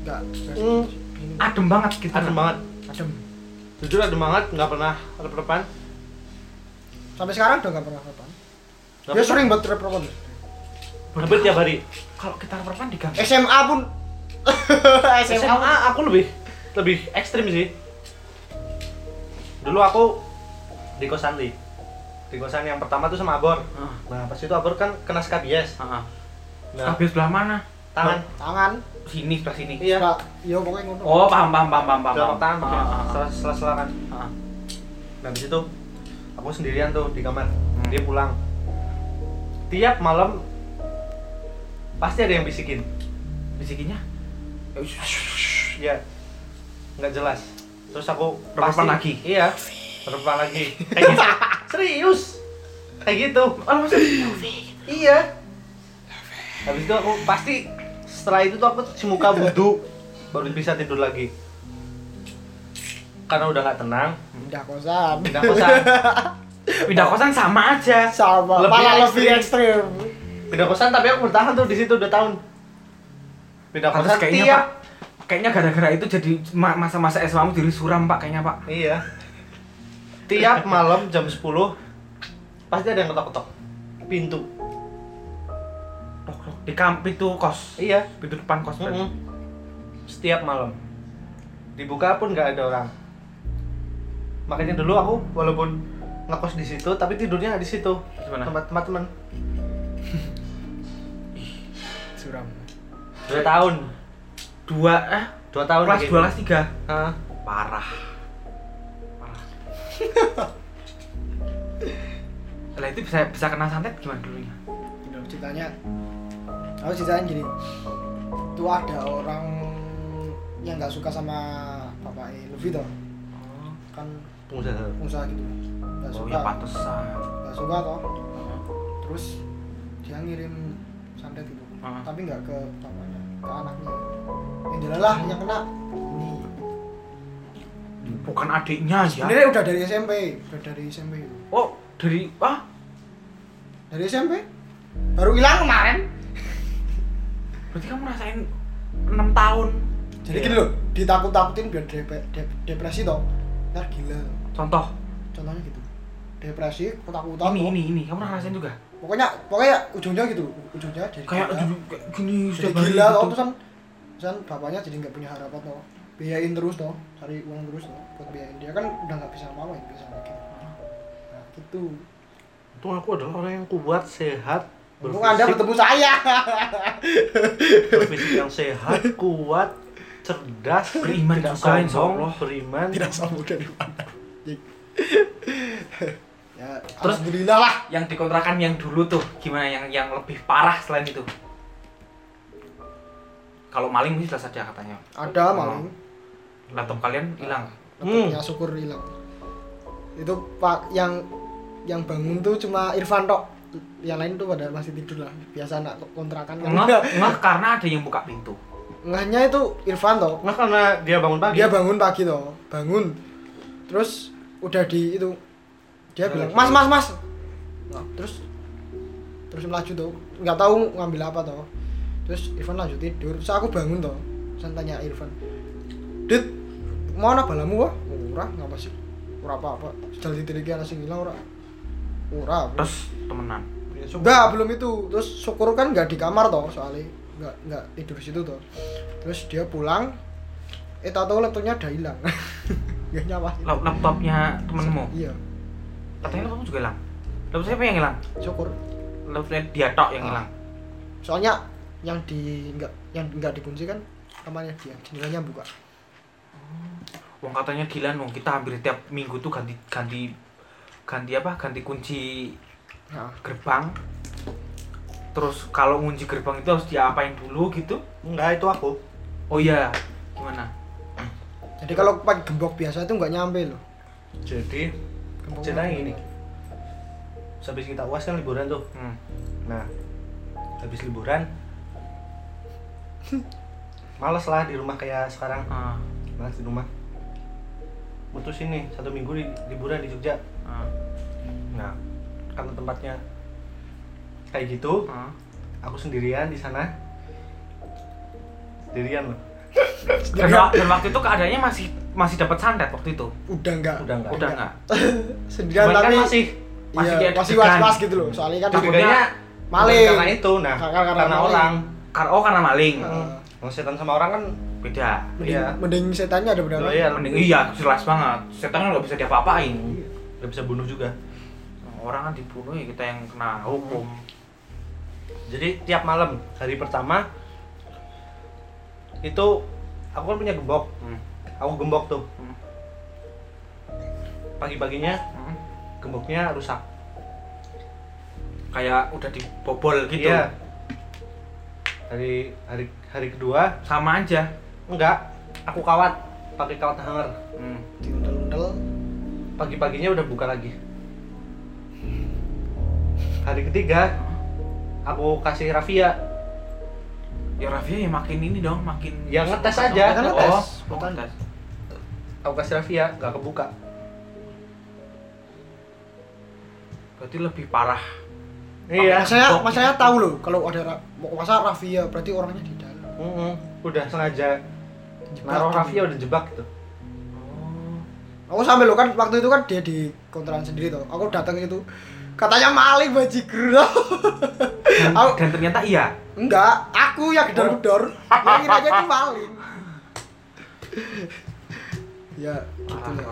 Speaker 1: enggak. enggak.
Speaker 2: Hmm.
Speaker 1: Ini
Speaker 3: adem banget gitu
Speaker 2: adem banget
Speaker 1: adem.
Speaker 2: jujur adem banget nggak pernah rep-repan
Speaker 1: Sampai sekarang udah nggak pernah kapan.
Speaker 2: Nggak
Speaker 1: Dia
Speaker 2: pernah.
Speaker 1: sering buat repropon.
Speaker 3: Berarti
Speaker 2: hampir tiap hari
Speaker 3: kalau kita perpan di kamar
Speaker 1: SMA pun
Speaker 2: SMA aku lebih lebih ekstrim sih. Dulu aku di kosan Li. Di kosan yang pertama tuh sama Abor.
Speaker 3: Heeh.
Speaker 2: Nah pas itu Abor kan kena skabies.
Speaker 3: Heeh.
Speaker 2: Nah
Speaker 3: habis sebelah mana
Speaker 2: tangan.
Speaker 1: tangan.
Speaker 3: sini sebelah sini
Speaker 2: Iya.
Speaker 1: Pak, yo pokoknya ngono.
Speaker 3: oh paham paham paham paham Ah, paham
Speaker 2: Dalam tangan.
Speaker 3: Heeh, heeh, heeh.
Speaker 2: Selas selas selakan.
Speaker 3: Heeh.
Speaker 2: Nah di situ aku sendirian tuh di kamar.
Speaker 3: Hmm.
Speaker 2: Dia pulang. Tiap malam pasti ada yang bisikin.
Speaker 3: bisikinnya Iya.
Speaker 2: Ya nggak jelas. Terus aku
Speaker 3: Terdepan
Speaker 2: pasti-
Speaker 3: lagi.
Speaker 2: Iya. Terdepan lagi. Kayak gitu. Serius. Kayak gitu.
Speaker 3: oh maksudnya
Speaker 2: Iya. Habis itu aku pasti setelah itu tuh aku cuci muka wudhu baru bisa tidur lagi. Karena udah nggak tenang,
Speaker 1: Pindah kosan.
Speaker 2: pindah kosan.
Speaker 3: pindah kosan sama aja
Speaker 1: Sama,
Speaker 2: Lebih
Speaker 1: malah
Speaker 2: ekstrim.
Speaker 1: lebih ekstrim.
Speaker 2: Pindah kosan tapi aku bertahan tuh di situ udah tahun. Pindah
Speaker 3: Pantes
Speaker 2: kosan
Speaker 3: kayaknya
Speaker 2: tiap.
Speaker 3: pak kayaknya gara-gara itu jadi ma- masa-masa SMA mu jadi suram pak kayaknya pak
Speaker 2: Iya. Tiap malam jam 10 pasti ada yang ketok-ketok pintu.
Speaker 3: Tok, tok. di kamp itu kos
Speaker 2: Iya.
Speaker 3: pintu depan kos berarti.
Speaker 2: Mm-mm. Setiap malam. Dibuka pun nggak ada orang. Makanya dulu aku walaupun ngekos di situ tapi tidurnya nggak di situ.
Speaker 3: Gimana?
Speaker 2: Tempat tempat teman.
Speaker 1: Suram.
Speaker 2: Dua tahun.
Speaker 3: dua eh
Speaker 2: Dua tahun.
Speaker 3: kelas
Speaker 2: gitu. lagi.
Speaker 3: dua kelas tiga
Speaker 2: Hah?
Speaker 3: parah parah lah itu bisa bisa kena santet gimana dulunya
Speaker 1: Gitu, ceritanya. Aku ceritain gini. Itu ada orang yang nggak suka sama Bapak Luffy toh. Kan
Speaker 2: Pengusaha.
Speaker 1: pengusaha gitu. Nggak
Speaker 3: oh Hmm.
Speaker 1: suka.
Speaker 3: ya pantesan
Speaker 1: Nggak suka toh. Terus dia ngirim santet gitu.
Speaker 3: Ah.
Speaker 1: Tapi nggak ke bapaknya, ke anaknya. Yang jelas lah yang kena ini.
Speaker 3: bukan adiknya ya
Speaker 1: Sebenarnya udah dari SMP, udah dari SMP.
Speaker 3: oh dari ah
Speaker 1: Dari SMP? Baru hilang kemarin.
Speaker 3: berarti kamu rasain enam tahun
Speaker 1: jadi
Speaker 2: Iya.
Speaker 1: gini loh ditakut-takutin biar dep- dep- depresi toh ntar gila
Speaker 3: Contoh
Speaker 1: contohnya gitu depresi ketakutan
Speaker 3: ini
Speaker 1: toh.
Speaker 3: ini ini kamu pernah ngerasain juga?
Speaker 1: pokoknya pokoknya ujungnya gitu loh ujungnya jadi
Speaker 3: Kayak
Speaker 1: gila.
Speaker 3: duduk kayak gini
Speaker 1: jadi
Speaker 3: setiap hari
Speaker 1: gila toh
Speaker 3: gitu.
Speaker 1: terus kan terus kan bapaknya jadi nggak punya harapan toh biayain terus toh cari uang terus toh buat biayain dia kan udah nggak bisa mau bisa lagi nah gitu
Speaker 2: Untung aku adalah orang yang kuat, sehat,
Speaker 1: untuk anda bertemu saya
Speaker 2: berfisik yang sehat, kuat, cerdas,
Speaker 3: Beriman
Speaker 2: tidak
Speaker 3: juga, insya
Speaker 2: sombong,
Speaker 3: Allah.
Speaker 2: beriman.
Speaker 1: tidak sama dari mana Jik. ya
Speaker 3: Terus-
Speaker 1: alhamdulillah lah
Speaker 3: Yang dikontrakan yang dulu tuh gimana yang yang lebih parah selain itu? Kalau maling mungkin jelas ada katanya.
Speaker 1: ada maling
Speaker 3: Laptop kalian hilang.
Speaker 1: Laptopnya syukur hilang itu pak yang yang bangun tuh cuma Irfan tok yang lain tuh pada masih tidur lah biasa anak kontrakan kan
Speaker 3: Enggak, enggak karena ada yang buka pintu.
Speaker 1: ngahnya itu Irfan toh
Speaker 2: Nah karena dia bangun pagi.
Speaker 1: dia bangun pagi toh bangun terus udah di itu dia
Speaker 2: Nah,
Speaker 1: bilang
Speaker 2: lagi.
Speaker 1: mas mas mas nah, terus terus melaju tuh nggak tahu ngambil apa toh terus Irfan lanjut tidur terus aku bangun toh saya tanya Irfan dit mau apa balamu wah ora nggak sih ora apa apa sudah ditiriki anak sing hilang ora ora
Speaker 3: Terus temenan.
Speaker 2: Besok-
Speaker 1: Enggak, belum itu. Terus syukur kan nggak di kamar toh soalnya nggak nggak tidur situ toh. Terus dia pulang, eh tahu tahu laptopnya udah hilang. Nggak nyawa.
Speaker 3: Lap- Laptopnya temenmu.
Speaker 1: Iya,
Speaker 3: Katanya laptopmu juga hilang. Laptop siapa yang hilang?
Speaker 1: syukur.
Speaker 3: Laptopnya dia tok yang
Speaker 1: Ah.
Speaker 3: hilang.
Speaker 1: Soalnya yang di nggak yang nggak dikunci kan kamarnya dia, jendelanya buka.
Speaker 3: Wong katanya Dilan wong kita hampir tiap minggu tuh ganti ganti ganti apa? Ganti kunci
Speaker 1: Nah,
Speaker 3: gerbang. Terus kalau ngunci gerbang itu harus diapain dulu gitu?
Speaker 2: Enggak, itu aku.
Speaker 3: Oh iya, gimana?
Speaker 1: jadi kalau pakai gembok biasa itu nggak nyampe loh.
Speaker 2: Jadi,
Speaker 1: Gemboknya
Speaker 2: Jendelanya
Speaker 1: nggak
Speaker 2: gini.
Speaker 1: nyampe.
Speaker 2: habis kita uas kan liburan tuh.
Speaker 3: Hmm.
Speaker 2: Nah, habis liburan, males lah di rumah kayak sekarang.
Speaker 3: Ah,
Speaker 2: Males di rumah. Putus ini satu minggu di, liburan di Jogja.
Speaker 3: ah,
Speaker 2: Nah, karena tempatnya kayak gitu,
Speaker 3: ah.
Speaker 2: aku sendirian di sana. Sendirian loh.
Speaker 3: Dan, wa- dan waktu itu keadaannya masih masih dapat santet waktu itu.
Speaker 1: Udah nggak.
Speaker 2: Udah enggak.
Speaker 3: Udah enggak.
Speaker 1: Sendirian
Speaker 3: Cuman kan
Speaker 1: tapi
Speaker 3: masih masih
Speaker 1: iya,
Speaker 3: dia
Speaker 1: masih
Speaker 3: deg-degan.
Speaker 1: was-was gitu loh. Soalnya kan
Speaker 3: Takutnya-
Speaker 2: Takutnya
Speaker 1: maling.
Speaker 2: Karena itu, nah,
Speaker 1: Karena-
Speaker 2: karena,
Speaker 1: karena maling.
Speaker 2: orang.
Speaker 3: Kar- oh karena maling.
Speaker 1: Heeh.
Speaker 2: Kalau setan sama orang kan
Speaker 3: Beda.
Speaker 1: mending,
Speaker 2: Iya.
Speaker 1: mending setannya ada benar.
Speaker 2: Oh, iya,
Speaker 3: Mending- iya, jelas banget. Setan kan nggak bisa diapa-apain.
Speaker 2: nggak bisa bunuh juga. Hmm.
Speaker 3: Orang kan dibunuh ya kita yang kena hukum.
Speaker 2: Jadi tiap malam hari pertama itu aku kan punya gembok,
Speaker 3: Hmm.
Speaker 2: aku gembok tuh.
Speaker 3: Hmm.
Speaker 2: Pagi-paginya
Speaker 3: Hmm.
Speaker 2: gemboknya rusak.
Speaker 3: Kayak udah dibobol gitu.
Speaker 2: Iya. Hari hari hari kedua
Speaker 3: Sama aja.
Speaker 2: enggak, aku kawat pakai kawat hanger.
Speaker 3: Hmm.
Speaker 1: Diundel-undel.
Speaker 2: Pagi-paginya udah buka lagi. Hari ketiga aku kasih rafia
Speaker 3: Ya Rafia ya makin ini dong, makin
Speaker 2: Ya, ngetes aja.
Speaker 1: Kan ngetes.
Speaker 3: Oh, mau ngetes.
Speaker 2: aku kasih Rafia nggak kebuka
Speaker 3: Berarti lebih parah.
Speaker 2: iya
Speaker 1: Saya,
Speaker 3: Gembok.
Speaker 1: mas saya tahu loh kalau ada ra- mau masa Rafia berarti orangnya di dalam.
Speaker 2: Mm-mm. udah sengaja
Speaker 1: Jebak
Speaker 2: naruh
Speaker 1: gitu.
Speaker 2: Rafia udah jebak gitu
Speaker 3: Oh.
Speaker 1: Aku sampai lo kan waktu itu kan dia di kontrakan sendiri tuh. Aku datang itu katanya maling bajigur loh.
Speaker 3: Dan,
Speaker 1: Aku-
Speaker 3: dan ternyata iya.
Speaker 1: Enggak, aku yang gedor-gedor. Yang kiranya itu maling. ya, gitu
Speaker 3: Parah,
Speaker 1: ya.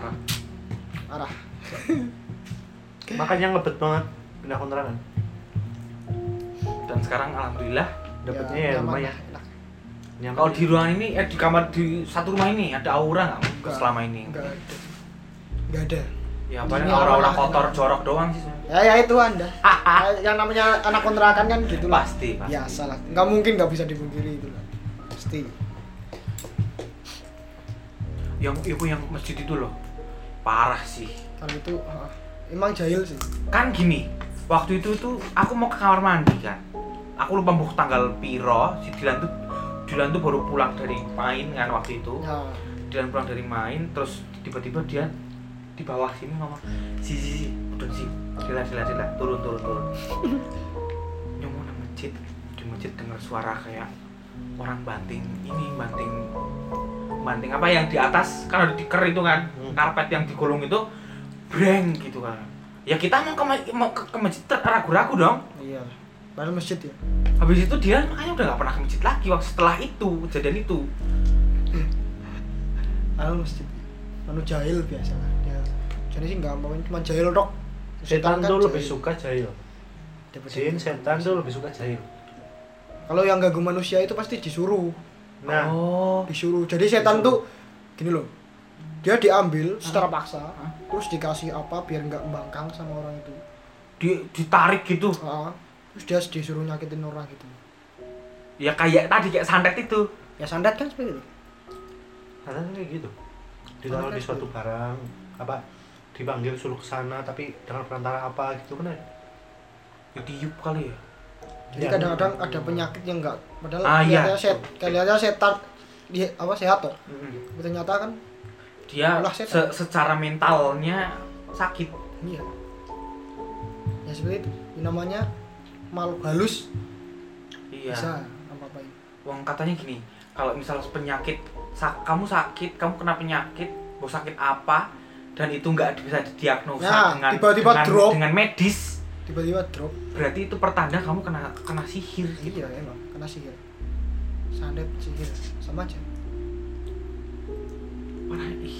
Speaker 3: parah.
Speaker 1: Arah.
Speaker 2: makanya ngebet banget pindah kontrakan
Speaker 3: Dan sekarang alhamdulillah
Speaker 2: dapatnya ya, lumayan nyaman
Speaker 3: kalau di ruangan ini eh di kamar di satu rumah ini ada aura nggak Nggak selama ini?
Speaker 1: Enggak ada. Enggak ada.
Speaker 3: Ya paling
Speaker 1: Ini
Speaker 3: aura-aura
Speaker 1: aura-
Speaker 3: kotor jorok doang sih. sebenarnya.
Speaker 1: Ya, ya itu Anda. Ya, yang namanya anak kontrakan kan gitu lah.
Speaker 3: Pasti, pasti.
Speaker 1: Biasa lah. Enggak mungkin enggak bisa dipungkiri itu lah. Pasti.
Speaker 3: Yang ibu yang masjid itu loh. Parah sih.
Speaker 1: Kalau itu ah, emang jahil sih.
Speaker 2: Oh.
Speaker 3: kan gini waktu itu tuh aku mau ke kamar mandi kan aku lupa mbok tanggal piro si Dilan tuh Dilan tuh baru pulang dari main kan waktu itu
Speaker 1: Ya.
Speaker 3: Dilan pulang dari main terus tiba-tiba dia di bawah sini ngomong si si si udah si Dilan Dilan Dilan turun turun turun nyomong nang masjid di masjid dengar suara kayak orang banting ini banting banting apa yang di atas kalau diker itu kan
Speaker 2: Hmm.
Speaker 3: karpet yang digulung itu breng gitu kan ya kita mau ke ma- mau ke, ke masjid ter- ragu-ragu dong
Speaker 1: iya padahal masjid ya
Speaker 3: habis itu dia makanya udah nggak pernah ke masjid lagi waktu setelah itu kejadian itu
Speaker 1: padahal masjid anu jahil biasa lah dia jadi sih nggak mau cuma jahil rock
Speaker 2: setan
Speaker 1: kan
Speaker 2: tuh lebih suka jahil
Speaker 1: Daripada-
Speaker 2: jin setan tuh lebih suka jahil
Speaker 1: kalau yang ganggu manusia itu pasti disuruh
Speaker 2: nah
Speaker 3: oh
Speaker 1: disuruh jadi setan
Speaker 2: Disuruh.
Speaker 1: tuh gini loh dia diambil secara paksa terus dikasih apa biar nggak membangkang sama orang itu
Speaker 3: di- ditarik gitu
Speaker 1: Ah, terus dia disuruh nyakitin orang gitu
Speaker 3: ya kayak tadi kayak santet itu
Speaker 1: ya sandat kan seperti itu
Speaker 2: karena kayak gitu ditaruh di suatu barang apa dipanggil suruh ke sana tapi dengan perantara apa gitu kan ada.
Speaker 3: ya tiup kali ya
Speaker 1: jadi
Speaker 2: Ya.
Speaker 1: kadang-kadang ada penyakit yang nggak padahal
Speaker 3: Ah, iya.
Speaker 1: kelihatannya set kelihatannya setan dia apa sehat toh
Speaker 3: Hmm.
Speaker 1: Tapi ternyata kan
Speaker 3: dia
Speaker 1: Ulah
Speaker 3: se-
Speaker 1: setan.
Speaker 3: secara mentalnya sakit
Speaker 1: iya ya seperti itu Ini namanya makhluk halus
Speaker 3: iya
Speaker 1: bisa apa apain
Speaker 3: Wong katanya gini, kalau misal penyakit sa- kamu sakit, kamu kena penyakit, mau sakit apa dan itu nggak bisa didiagnosa
Speaker 1: Nah,
Speaker 3: dengan
Speaker 1: tiba-tiba
Speaker 3: dengan,
Speaker 1: drop.
Speaker 3: dengan medis,
Speaker 1: tiba-tiba drop
Speaker 3: berarti itu pertanda kamu kena kena sihir gitu.
Speaker 1: iya emang kena sihir sandet sihir sama aja
Speaker 3: Parah, ih.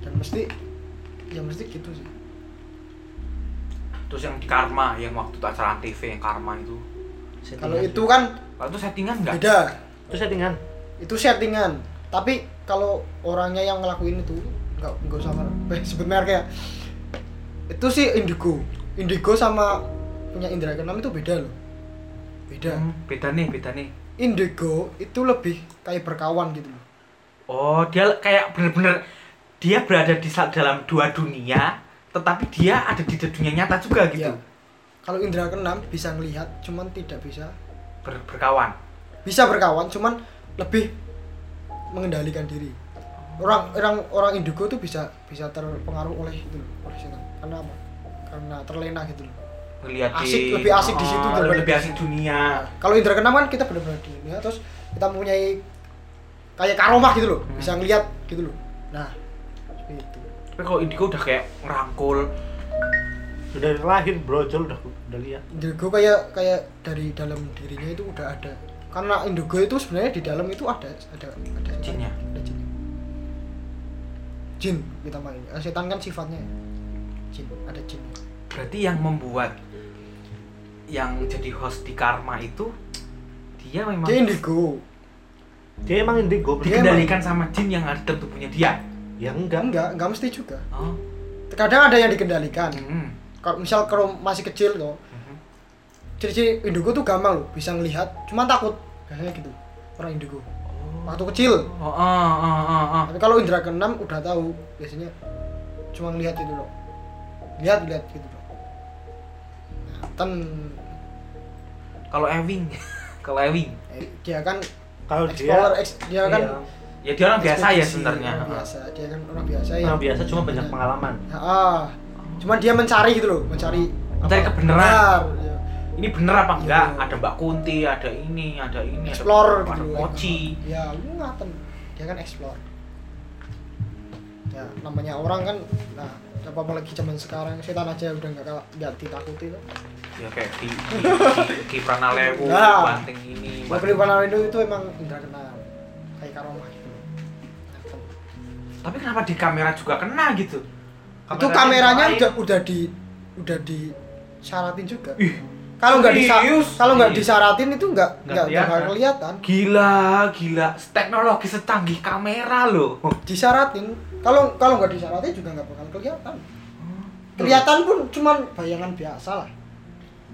Speaker 1: dan mesti ya mesti gitu sih
Speaker 3: Terus yang di karma, yang waktu itu acara TV yang karma itu.
Speaker 2: Settingan.
Speaker 1: kalau itu kan
Speaker 3: Kalau itu settingan nggak?
Speaker 1: beda
Speaker 2: itu settingan
Speaker 1: itu settingan tapi kalau orangnya yang ngelakuin itu nggak nggak sama sebenarnya kayak ya. itu sih indigo indigo sama punya indra keenam itu beda loh beda
Speaker 3: Hmm, beda nih, beda nih.
Speaker 1: indigo itu lebih kayak berkawan gitu loh
Speaker 3: Oh, dia kayak bener-bener dia berada di sa- dalam dua dunia, tetapi dia ada di dunia nyata juga gitu.
Speaker 1: Iya. kalau indra keenam bisa ngelihat cuman tidak bisa
Speaker 3: Ber- berkawan.
Speaker 1: bisa berkawan cuman lebih mengendalikan diri orang orang orang indigo tuh bisa bisa terpengaruh oleh itu loh, oleh setan karena apa karena terlena gitu loh
Speaker 3: Ngeliat
Speaker 1: Asik, lebih asik di
Speaker 3: Oh,
Speaker 1: situ daripada
Speaker 3: lebih, lebih
Speaker 1: di
Speaker 3: asik
Speaker 1: sini.
Speaker 3: dunia
Speaker 1: kalau indra keenam kan kita benar-benar di dunia terus kita mempunyai kayak karomah gitu loh
Speaker 3: Hmm.
Speaker 1: bisa ngeliat gitu loh nah seperti itu
Speaker 3: tapi kalau Indigo udah kayak ngerangkul
Speaker 2: udah lahir brojol udah udah lihat
Speaker 1: indigo kayak kayak dari dalam dirinya itu udah ada karena indigo itu sebenarnya di dalam itu ada ada ada setan.
Speaker 3: Jinnya.
Speaker 1: ada jinnya jin kita main Eh, setan kan sifatnya ya. jin ada jin
Speaker 3: berarti yang membuat yang jadi host di Karma itu dia memang
Speaker 1: dia indigo
Speaker 2: dia emang indigo
Speaker 1: Dia emang-
Speaker 3: dikendalikan sama jin yang ada dalam tubuhnya dia
Speaker 2: ya
Speaker 1: Enggak,
Speaker 2: enggak
Speaker 1: enggak enggak mesti juga
Speaker 3: oh
Speaker 1: kadang ada yang dikendalikan
Speaker 3: mm,
Speaker 1: kalau misal kalau masih kecil tuh
Speaker 3: mhm.
Speaker 1: ciri-ciri indigo tuh gampang loh bisa ngelihat cuma takut biasanya gitu orang indigo waktu kecil
Speaker 3: oh oh oh oh, oh, oh.
Speaker 1: tapi kalau indra keenam udah tahu biasanya cuma ngelihat itu loh lihat lihat gitu loh Nah, ten
Speaker 3: kalau Ewing kalau Ewing
Speaker 1: eh, dia kan
Speaker 2: kalau
Speaker 1: explorer
Speaker 2: dia
Speaker 1: ex- dia kan
Speaker 2: iya.
Speaker 3: ya dia Oh, orang biasa ya
Speaker 1: ekspedisi,
Speaker 3: sebenarnya
Speaker 1: orang biasa dia kan orang biasa ya
Speaker 2: orang biasa cuma banyak pengalaman
Speaker 1: ah cuman dia mencari gitu loh mencari
Speaker 3: Mencari
Speaker 1: apa-
Speaker 3: kebenaran.
Speaker 1: benar, iya.
Speaker 3: ini bener apa enggak
Speaker 1: Iya.
Speaker 3: ada Mbak Kunti ada ini ada ini ada-
Speaker 1: explore
Speaker 3: ada,
Speaker 1: gitu
Speaker 3: Mochi
Speaker 1: ya lu ngaten dia kan explore ya namanya orang kan nah apa apalagi zaman sekarang setan aja udah nggak kalah- nggak ditakuti tuh
Speaker 3: ya kayak di di, di, di Pranalewu
Speaker 1: Nah.
Speaker 3: banting ini
Speaker 1: mobil Panarindo itu emang indra kena kayak karomah gitu Ngaten.
Speaker 3: tapi kenapa di kamera juga kena gitu
Speaker 1: itu
Speaker 2: Kameranya
Speaker 1: kameranya
Speaker 2: main.
Speaker 1: udah udah di udah disaratin juga kalau nggak disa
Speaker 3: serius?
Speaker 1: kalau nggak
Speaker 3: Iya.
Speaker 1: disaratin itu nggak
Speaker 2: Nggak
Speaker 1: nggak nggak
Speaker 2: kelihatan.
Speaker 1: kelihatan
Speaker 3: gila gila teknologi secanggih kamera loh
Speaker 1: disaratin kalau kalau nggak disaratin juga nggak bakal kelihatan kelihatan pun cuman bayangan biasa lah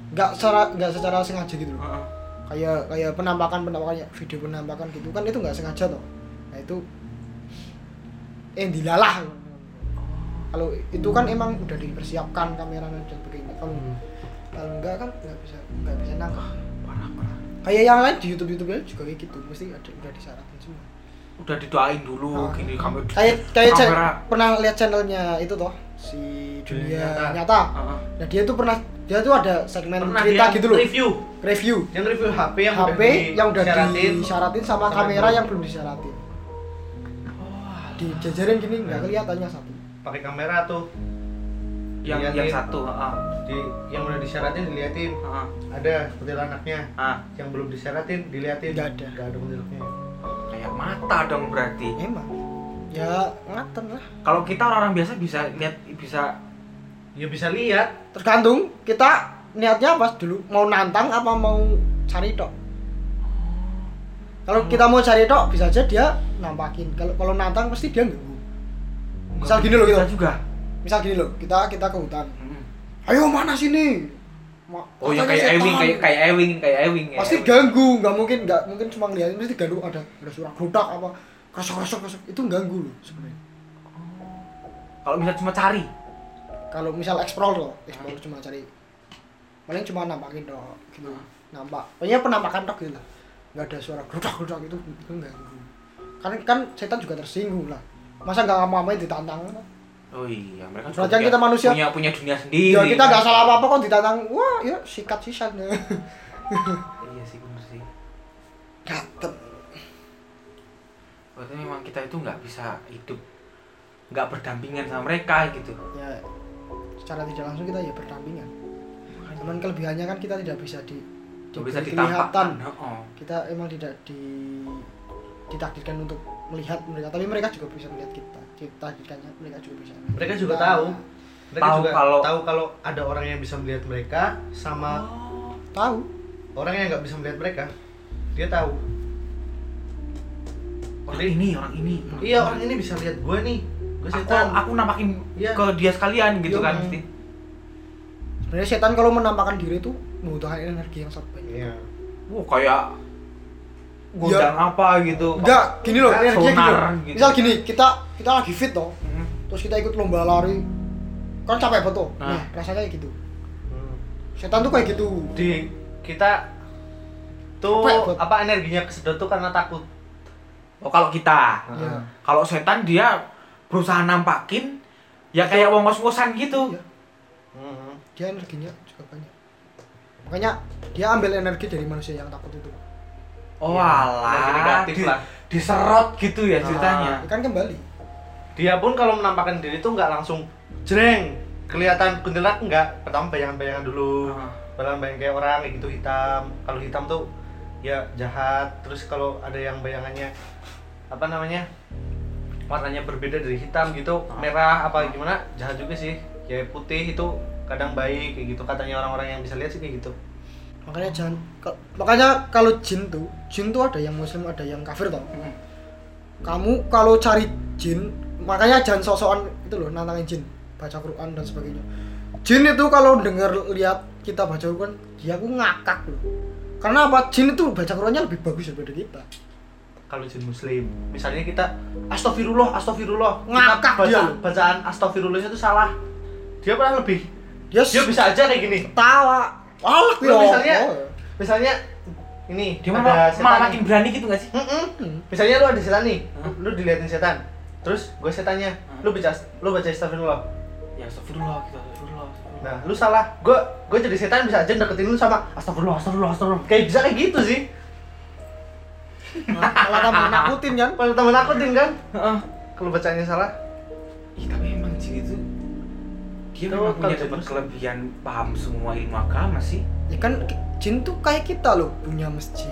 Speaker 1: nggak secara nggak secara sengaja gitu loh
Speaker 3: Heeh.
Speaker 1: kayak kayak penampakan penampakannya video penampakan gitu kan itu nggak sengaja toh nah itu eh dilalah kalau itu kan emang udah dipersiapkan kamera dan sebagainya kalau
Speaker 2: Hmm.
Speaker 1: kalau enggak kan nggak bisa nggak bisa nangkep
Speaker 3: parah parah
Speaker 1: kayak yang lain di YouTube YouTube aja juga kayak gitu mesti ada udah disaratin semua
Speaker 3: udah didoain dulu
Speaker 1: Ah.
Speaker 3: gini kamu
Speaker 1: kayak kayak cek-
Speaker 3: kamera
Speaker 1: pernah lihat channelnya itu toh si
Speaker 2: Dunia
Speaker 1: dunia
Speaker 2: nyata.
Speaker 1: nyata.
Speaker 3: Heeh.
Speaker 1: Nah dia tuh pernah dia tuh ada segmen
Speaker 2: pernah
Speaker 1: cerita
Speaker 2: dia
Speaker 1: gitu loh.
Speaker 2: review
Speaker 1: Review
Speaker 2: yang review HP yang
Speaker 1: HP yang udah
Speaker 2: disyaratin.
Speaker 1: disyaratin sama
Speaker 2: Sama
Speaker 1: kamera
Speaker 2: belum.
Speaker 1: yang belum disyaratin.
Speaker 2: Wah,
Speaker 1: Dijajarin gini nggak
Speaker 2: Hmm.
Speaker 1: kelihatannya satu.
Speaker 2: pakai kamera tuh
Speaker 3: yang
Speaker 2: Diliatin.
Speaker 3: yang satu heeh.
Speaker 2: di yang udah disyaratin diliatin
Speaker 3: Heeh.
Speaker 2: ada model anaknya
Speaker 3: Ah,
Speaker 2: yang belum disyaratin diliatin
Speaker 1: Nggak ada.
Speaker 2: nggak ada modelnya
Speaker 3: kayak mata dong berarti.
Speaker 1: Emang ya ngaten lah.
Speaker 3: Kalau kita orang-orang biasa bisa lihat bisa
Speaker 2: ya bisa lihat
Speaker 1: Tergantung kita niatnya apa dulu mau nantang apa mau cari tok. Kalau kita mau cari tok bisa aja dia nampakin. Kalau kalau nantang pasti dia ngganggu. Misal gini loh gitu.
Speaker 3: kita juga.
Speaker 1: Misal gini loh, kita kita ke hutan.
Speaker 3: Mm.
Speaker 1: Ayo mana sini? Ma-
Speaker 3: Oh, yang
Speaker 1: katanya
Speaker 3: kayak
Speaker 1: setan.
Speaker 3: Ewing, kayak kayak Ewing, kayak Ewing. kayak
Speaker 1: pasti
Speaker 3: Ewing.
Speaker 1: ganggu nggak mungkin nggak mungkin cuma ngeliatin pasti ganggu ada ada suara kerudak apa kerosok kerosok kerosok itu ganggu loh sebenarnya
Speaker 3: Kalau misalnya cuma cari.
Speaker 1: kalau misal explore loh explore cuma cari paling cuma nampakin doh gitu
Speaker 3: Hmm.
Speaker 1: nampak pokoknya penampakan tok gitu lah nggak ada suara kerudak kerudak itu itu ganggu kan kan setan juga tersinggung lah masa nggak mau main ditantang
Speaker 3: Oh iya, mereka
Speaker 1: Soalnya kita manusia.
Speaker 3: punya punya dunia sendiri.
Speaker 1: ya
Speaker 3: kan?
Speaker 1: kita nggak salah apa apa kok ditantang wah ya sikat sisan
Speaker 3: Iya sih bener sih.
Speaker 1: gatel
Speaker 3: Berarti memang kita itu nggak bisa hidup nggak berdampingan sama mereka gitu.
Speaker 1: ya secara tidak langsung kita ya berdampingan cuman kelebihannya kan kita tidak bisa di
Speaker 3: Nggak bisa
Speaker 1: diberi kelihatan.
Speaker 3: ditampakkan. Heeh.
Speaker 1: kita emang tidak di ditakdirkan untuk melihat mereka tapi mereka juga bisa melihat kita ditakdirkannya mereka juga bisa melihat
Speaker 2: mereka juga
Speaker 1: kita.
Speaker 2: tahu mereka
Speaker 3: Tahu
Speaker 2: juga
Speaker 3: kalau-
Speaker 2: tahu kalau ada orang yang bisa melihat mereka sama
Speaker 1: tahu Oh.
Speaker 2: orang yang nggak bisa melihat mereka dia tahu
Speaker 3: Orang ini, orang ini.
Speaker 2: iya orang ini bisa lihat gue nih gue
Speaker 3: Aku,
Speaker 2: setan
Speaker 3: aku nampakin
Speaker 2: Iya.
Speaker 3: ke dia sekalian gitu
Speaker 1: Iya,
Speaker 3: kan
Speaker 1: Bang.
Speaker 3: mesti.
Speaker 1: sebenarnya setan kalau menampakkan diri itu membutuhkan energi yang sangat banyak
Speaker 2: iya
Speaker 3: Wah kayak
Speaker 1: Iya.
Speaker 3: godang apa gitu.
Speaker 1: enggak gini loh energi gini
Speaker 3: Sonar
Speaker 1: loh.
Speaker 3: gitu.
Speaker 1: misal gini kita kita lagi fit toh
Speaker 3: Mm.
Speaker 1: terus kita ikut lomba lari kan capek betul
Speaker 3: Nah.
Speaker 1: nah rasanya kayak gitu setan tuh kayak gitu
Speaker 2: di kita tuh
Speaker 1: Capek, Bud.
Speaker 2: apa energinya kesedot tuh karena takut
Speaker 3: Oh kalau kita,
Speaker 1: Iya.
Speaker 3: kalau setan dia berusaha nampakin ya kayak wong ngos-ngosan gitu.
Speaker 1: Iya. dia energinya juga banyak makanya dia ambil energi dari manusia yang takut itu
Speaker 3: Oh
Speaker 2: Iya, energi
Speaker 3: alah,
Speaker 2: negatif
Speaker 3: di-
Speaker 2: lah.
Speaker 3: diserot gitu ya ceritanya.
Speaker 1: Ya kan kembali
Speaker 2: dia pun kalau menampakkan diri tuh nggak langsung jreng kelihatan kuntilanak nggak pertama bayangan-bayangan dulu
Speaker 3: Ah.
Speaker 2: bayang-bayang kayak orang kayak gitu hitam kalau hitam tuh ya jahat terus kalau ada yang bayangannya apa namanya warnanya berbeda dari hitam gitu
Speaker 3: Ah.
Speaker 2: merah
Speaker 3: Ah.
Speaker 2: apa gimana jahat juga sih ya putih itu kadang baik kayak gitu katanya orang-orang yang bisa lihat sih kayak gitu
Speaker 1: makanya jangan ka- makanya kalau jin tuh jin tuh ada yang muslim ada yang kafir tau
Speaker 2: Hmm.
Speaker 3: Mm.
Speaker 1: kamu kalau cari jin makanya jangan sosokan itu loh nantangin jin baca Quran dan sebagainya jin itu kalau dengar lihat kita baca Quran dia aku ngakak loh karena apa jin itu baca Qurannya lebih bagus daripada kita
Speaker 2: kalau jin muslim misalnya kita astagfirullah astagfirullah kita
Speaker 1: Ngakak
Speaker 2: baca-
Speaker 1: dia.
Speaker 2: bacaan astagfirullah itu salah dia pernah lebih
Speaker 1: dia,
Speaker 2: dia
Speaker 1: s-
Speaker 2: bisa aja kayak gini
Speaker 1: tawa Alah,
Speaker 2: Lu misalnya misalnya ini
Speaker 3: Dia malah,
Speaker 2: setan
Speaker 3: malah
Speaker 2: nih.
Speaker 3: makin berani gitu gak sih?
Speaker 2: Mm-mm.
Speaker 1: Hmm.
Speaker 2: misalnya lu ada setan nih
Speaker 3: Hah?
Speaker 2: lu diliatin setan terus gue setannya
Speaker 3: Hah?
Speaker 2: lu baca lu baca astagfirullah
Speaker 3: Ya astagfirullah gitu, astagfirullah. astagfirullah.
Speaker 2: nah lu salah gue gue jadi setan bisa aja deketin lu sama astagfirullah astagfirullah astagfirullah kayak bisa kayak gitu sih
Speaker 1: malah tambah nakutin kan
Speaker 2: kalau temen aku Din, kan
Speaker 3: Heeh.
Speaker 2: kalau bacaannya salah
Speaker 3: Ih, tapi emang jin itu dia
Speaker 2: Itu
Speaker 3: memang
Speaker 2: kalau
Speaker 3: punya
Speaker 2: jin
Speaker 3: dapat
Speaker 2: muslim.
Speaker 3: kelebihan paham semua ilmu agama sih.
Speaker 1: ya kan ki- jin tuh kayak kita loh punya masjid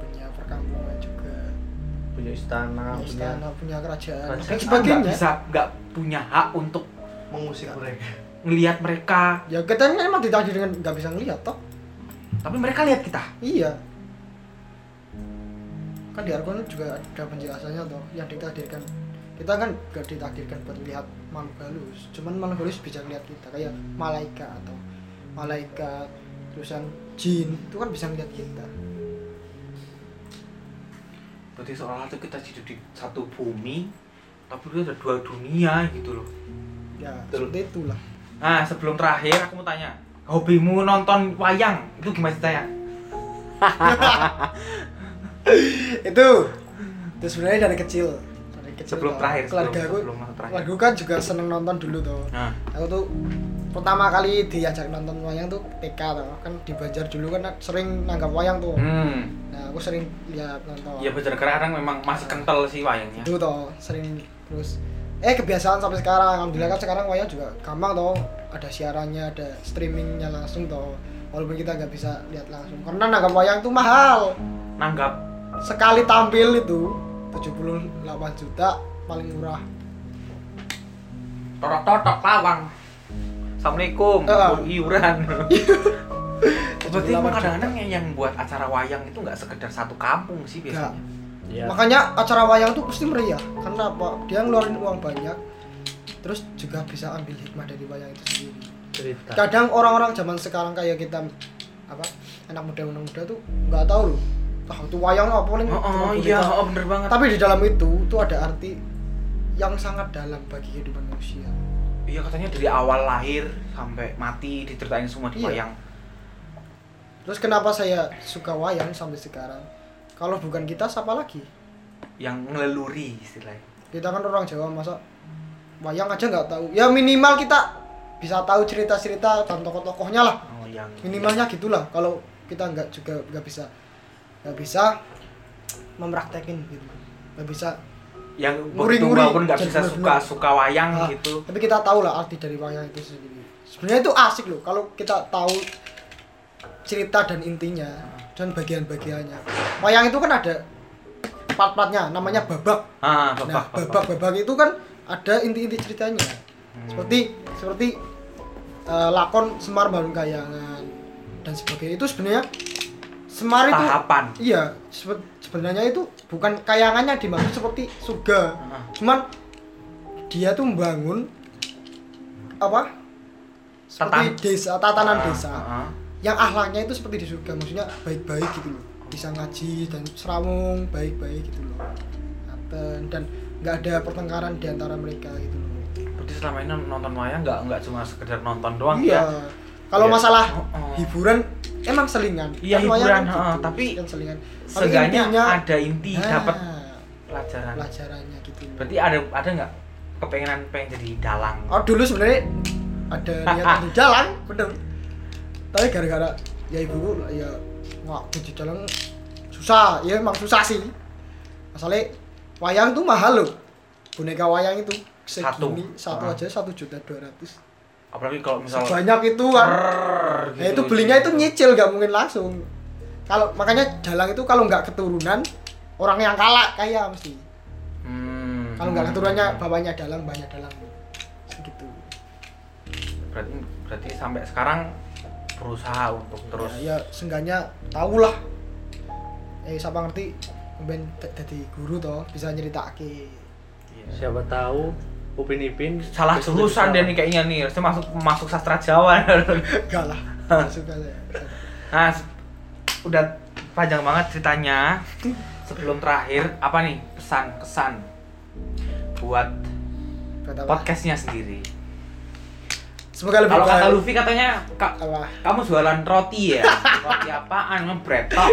Speaker 1: punya perkampungan juga
Speaker 2: Ah, punya istana
Speaker 1: punya istana punya kerajaan
Speaker 2: Kerajaan.
Speaker 1: dan
Speaker 3: Kita nggak
Speaker 1: sebagainya
Speaker 3: bisa nggak punya hak untuk
Speaker 2: mengusik mereka
Speaker 3: ngelihat mereka,
Speaker 1: ya kita ini emang ditagih dengan nggak bisa ngelihat toh
Speaker 3: tapi mereka lihat kita.
Speaker 1: iya kan di Al-Quran juga ada penjelasannya toh yang ditakdirkan kita kan gak ditakdirkan buat melihat makhluk halus cuman makhluk halus bisa ngelihat kita kayak malaikat atau malaikat terusan jin itu kan bisa ngelihat kita
Speaker 3: Berarti seolah-olah tuh kita hidup di satu bumi, tapi itu ada dua dunia gitu loh.
Speaker 1: ya
Speaker 2: Betul.
Speaker 1: seperti itulah
Speaker 3: Nah, sebelum terakhir aku mau tanya, hobimu nonton wayang itu gimana ceritanya?
Speaker 1: itu itu sebenarnya dari kecil dari kecil
Speaker 3: Sebelum
Speaker 1: tau.
Speaker 3: terakhir, sebelum-
Speaker 1: keluarga aku
Speaker 3: sebelum terakhir.
Speaker 1: keluarga aku kan juga seneng nonton dulu tuh
Speaker 3: Nah,
Speaker 1: aku tuh pertama kali diajak nonton wayang tuh TK tuh kan di Banjar dulu kan sering nanggap wayang tuh
Speaker 3: hmm.
Speaker 1: nah aku sering lihat nonton
Speaker 3: Ya bener kadang memang masih kental sih wayangnya.
Speaker 1: dulu toh sering terus eh kebiasaan sampai sekarang alhamdulillah kan sekarang wayang juga gampang toh ada siarannya ada streamingnya langsung toh walaupun kita nggak bisa lihat langsung karena nanggap wayang tuh mahal
Speaker 3: Nanggap
Speaker 1: sekali tampil itu 78 juta paling murah
Speaker 3: torok totok lawang. Assalamualaikum,
Speaker 1: Heeh.
Speaker 3: Bu iuran. Berarti emang
Speaker 1: 78
Speaker 3: kadang-kadang yang, yang buat acara wayang itu nggak sekedar satu kampung sih biasanya. Ya.
Speaker 2: Iya.
Speaker 1: makanya acara wayang tuh pasti meriah karena apa dia ngeluarin uang banyak terus juga bisa ambil hikmah dari wayang itu sendiri
Speaker 3: Nah.
Speaker 2: cerita
Speaker 1: kadang orang-orang zaman sekarang kayak kita apa anak muda anak muda tuh nggak tahu loh ah itu wayang apa paling cuma
Speaker 3: Oh, oh
Speaker 1: boneka.
Speaker 3: iya, oh, bener banget.
Speaker 1: tapi di dalam itu tuh ada arti yang sangat dalam bagi kehidupan manusia
Speaker 3: Iya katanya dari awal lahir sampai mati diceritain semua di
Speaker 1: Iya.
Speaker 3: wayang.
Speaker 1: terus kenapa saya suka wayang sampai sekarang kalau bukan kita siapa lagi
Speaker 3: Yang ngeleluri istilahnya.
Speaker 1: kita kan orang Jawa masa wayang aja nggak tahu ya minimal kita bisa tahu cerita-cerita dan tokoh-tokohnya lah
Speaker 3: Oh, yang
Speaker 1: minimalnya gitulah kalau kita nggak juga nggak bisa nggak bisa mempraktekin gitu nggak bisa
Speaker 3: yang
Speaker 1: Nguri-nguri.
Speaker 3: bertumbuh pun nggak bisa
Speaker 1: Bener-bener.
Speaker 3: suka suka wayang
Speaker 1: Ah,
Speaker 3: gitu.
Speaker 1: tapi kita tahu lah arti dari wayang itu sendiri sebenarnya itu asik loh kalau kita tahu cerita dan intinya dan bagian-bagiannya wayang itu kan ada part-partnya namanya babak
Speaker 3: Ah,
Speaker 1: nah
Speaker 3: babak, babak.
Speaker 1: babak babak itu kan ada inti-inti ceritanya
Speaker 3: Hmm.
Speaker 1: seperti seperti eh, lakon Semar Bangun Kayangan dan sebagainya itu sebenarnya Semar itu
Speaker 3: Tahapan.
Speaker 1: iya sebe- sebenarnya itu bukan kayangannya dimaksud seperti suga
Speaker 3: Ah,
Speaker 1: cuman dia tuh membangun apa seperti
Speaker 3: Tatan-
Speaker 1: desa tatanan
Speaker 3: ah,
Speaker 1: desa
Speaker 3: ah.
Speaker 1: yang ahlaknya itu seperti di surga maksudnya baik-baik gitu loh bisa ngaji dan seramung baik-baik gitu loh Aten, dan nggak ada pertengkaran di antara mereka gitu loh
Speaker 3: Berarti selama ini nonton wayang nggak nggak cuma sekedar nonton doang
Speaker 1: iya
Speaker 3: ya?
Speaker 1: kalau
Speaker 3: Iya.
Speaker 1: masalah
Speaker 3: Oh, oh.
Speaker 1: hiburan emang selingan
Speaker 3: Iya,
Speaker 1: Kan wayang
Speaker 3: hiburan,
Speaker 1: kan
Speaker 3: ha, tapi
Speaker 1: kan selingan Tapi
Speaker 3: Seenggaknya
Speaker 1: intinya-
Speaker 3: ada inti
Speaker 1: Nah,
Speaker 3: dapat pelajaran.
Speaker 1: pelajarannya gitu loh.
Speaker 3: Berarti ada ada nggak kepengenan pengen jadi dalang?
Speaker 1: Oh dulu sebenarnya ada
Speaker 3: Ah,
Speaker 1: niat untuk jalan, bener. Tapi gara-gara ya ibuku ya nggak kunci jalan susah, ya emang susah sih. Masalahnya wayang tuh mahal loh. Boneka wayang itu segini satu,
Speaker 3: Ah.
Speaker 1: aja satu juta dua ratus.
Speaker 3: Apalagi kalau misal
Speaker 1: Sebanyak itu kan.
Speaker 3: Rrrr,
Speaker 1: Nah,
Speaker 3: gitu.
Speaker 1: itu belinya itu nyicil nggak mungkin langsung. Kalau makanya dalang itu kalau nggak keturunan orang yang kalah kaya mesti.
Speaker 3: Hmm.
Speaker 1: Kalau nggak keturunannya bapaknya dalang, banyak dalang. Gitu.
Speaker 3: berarti berarti sampai sekarang berusaha untuk terus
Speaker 1: ya, ya seenggaknya tahu lah eh siapa ngerti ben jadi guru toh bisa nyeritake iya.
Speaker 3: Iya.
Speaker 2: siapa tahu Upin Ipin
Speaker 3: salah
Speaker 2: bisa
Speaker 3: jurusan dia
Speaker 2: jadi
Speaker 3: nih kayaknya nih harusnya masuk masuk sastra Jawa
Speaker 1: enggak lah Nggak suka saya
Speaker 3: nah se- udah panjang banget ceritanya sebelum terakhir apa nih pesan kesan buat
Speaker 1: kata apa
Speaker 3: podcastnya sendiri
Speaker 1: semoga lebih
Speaker 3: kalau kata
Speaker 1: baik.
Speaker 3: Luffy katanya "Kak,
Speaker 1: apa
Speaker 3: kamu jualan roti ya roti apaan ngebretok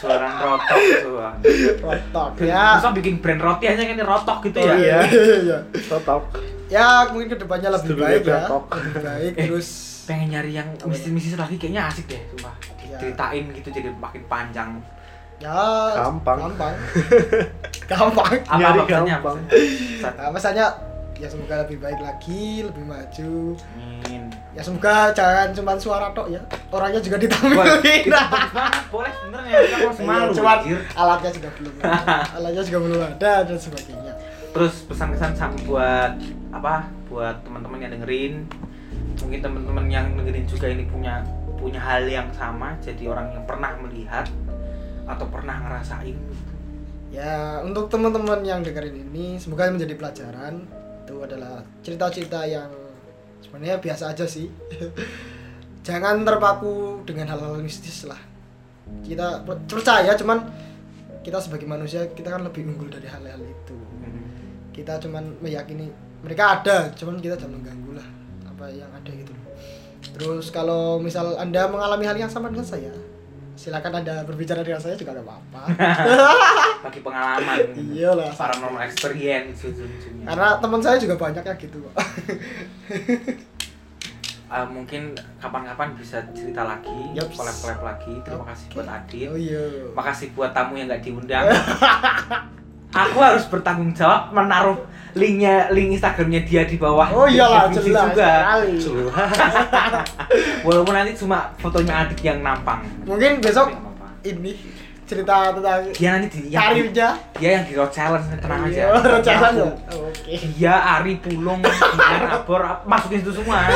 Speaker 3: jualan rotok jualan
Speaker 1: rotok ya
Speaker 3: bisa bikin brand roti aja kan ini rotok gitu
Speaker 2: Oh,
Speaker 3: ya
Speaker 2: iya.
Speaker 1: Iya.
Speaker 2: Totok.
Speaker 1: ya mungkin kedepannya lebih
Speaker 2: Studio
Speaker 1: baik ya
Speaker 2: Gatok.
Speaker 1: lebih baik
Speaker 3: Eh.
Speaker 1: terus
Speaker 3: pengen nyari yang mistis-mistis lagi kayaknya asik deh sumpah
Speaker 1: Iya.
Speaker 3: ceritain gitu jadi makin panjang
Speaker 1: ya
Speaker 2: Gampang.
Speaker 1: gampang gampang
Speaker 3: apa
Speaker 2: Nyari
Speaker 3: maksudnya
Speaker 2: gampang.
Speaker 1: nah, pesannya ya semoga lebih baik lagi lebih maju
Speaker 3: amin
Speaker 1: ya semoga jangan cuma suara tok ya orangnya juga
Speaker 3: boleh
Speaker 1: ditampilin
Speaker 3: itu bagus banget Gitu. boleh sebenernya aku masih
Speaker 1: Iya,
Speaker 3: malu
Speaker 1: cuman
Speaker 3: anjir.
Speaker 1: alatnya juga belum ada. alatnya juga belum ada dan sebagainya
Speaker 3: terus pesan-pesan sama buat apa buat teman-teman yang dengerin mungkin teman-teman yang dengerin juga ini punya punya hal yang sama jadi orang yang pernah melihat atau pernah ngerasain
Speaker 1: ya untuk teman-teman yang dengerin ini semoga menjadi pelajaran itu adalah cerita-cerita yang sebenarnya biasa aja sih jangan terpaku dengan hal-hal mistis lah kita per- percaya cuman kita sebagai manusia kita kan lebih unggul dari hal-hal itu kita cuman meyakini mereka ada cuman kita jangan mengganggu lah apa yang ada gitu terus kalau misal anda mengalami hal yang sama dengan saya silakan anda berbicara dengan saya juga gak apa-apa
Speaker 3: bagi pengalaman
Speaker 1: Iyalah.
Speaker 3: paranormal experience ujung-ujungnya.
Speaker 1: karena teman saya juga banyak ya gitu kok
Speaker 3: Ah, mungkin kapan-kapan bisa cerita lagi
Speaker 1: Yaps.
Speaker 3: collab-collab lagi terima kasih buat Adit
Speaker 1: oh iya
Speaker 3: makasih buat tamu yang nggak diundang aku harus bertanggung jawab menaruh linknya link Instagramnya dia di bawah
Speaker 1: oh iyalah
Speaker 3: deskripsi
Speaker 1: jelas
Speaker 3: juga
Speaker 1: sekali
Speaker 3: walaupun nanti cuma fotonya Adit yang nampang
Speaker 1: mungkin besok
Speaker 3: Tapi nggak apa-apa.
Speaker 1: ini cerita tentang
Speaker 3: dia nanti di yang-
Speaker 1: karirnya
Speaker 3: dia yang di road challenge tenang aja
Speaker 1: Iya, rencana
Speaker 3: Aku-
Speaker 1: ya oke
Speaker 3: Iya, Ari Pulung, Dian Abor, ap- masukin itu semua.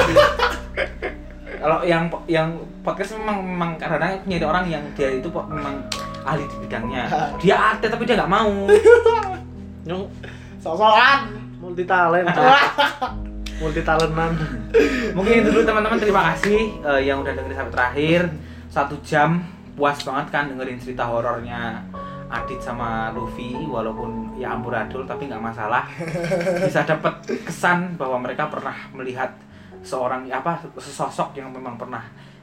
Speaker 3: Kalau yang yang podcast memang memang kadang-kadang nyari orang yang dia itu po- memang ahli di bidangnya. Dia ada tapi dia nggak mau.
Speaker 2: Nyong
Speaker 1: sosokan
Speaker 2: multi talent. multi talentan.
Speaker 3: Mungkin itu dulu teman-teman terima kasih eh, yang udah dengerin sampai terakhir. Satu jam puas banget kan dengerin cerita horornya Adit sama Luffy walaupun ya amburadul tapi nggak masalah bisa dapat kesan bahwa mereka pernah melihat seorang apa sesosok yang memang pernah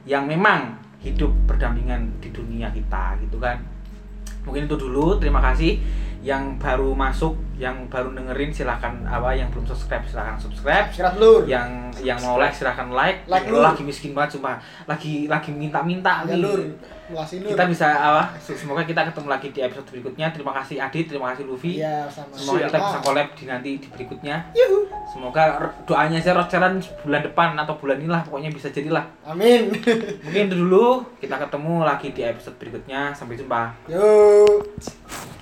Speaker 3: yang memang hidup berdampingan di dunia kita gitu kan mungkin itu dulu terima kasih yang baru masuk yang baru dengerin silahkan apa yang belum subscribe silahkan subscribe
Speaker 1: sikat lur
Speaker 3: yang yang mau like silahkan like,
Speaker 1: Like lu.
Speaker 3: Yang lagi miskin banget cuma lagi lagi minta-minta
Speaker 1: ya
Speaker 3: nih.
Speaker 1: lur melasi lur
Speaker 3: kita bisa apa semoga kita ketemu lagi di episode berikutnya terima kasih Adit terima kasih Luffy
Speaker 1: iya sama
Speaker 3: semoga kita
Speaker 1: Ah.
Speaker 3: bisa collab di nanti di berikutnya
Speaker 1: Yuhu.
Speaker 3: semoga r- doanya saya roceran bulan depan atau bulan inilah pokoknya bisa jadilah
Speaker 1: amin
Speaker 3: mungkin itu dulu kita ketemu lagi di episode berikutnya sampai jumpa
Speaker 1: yuk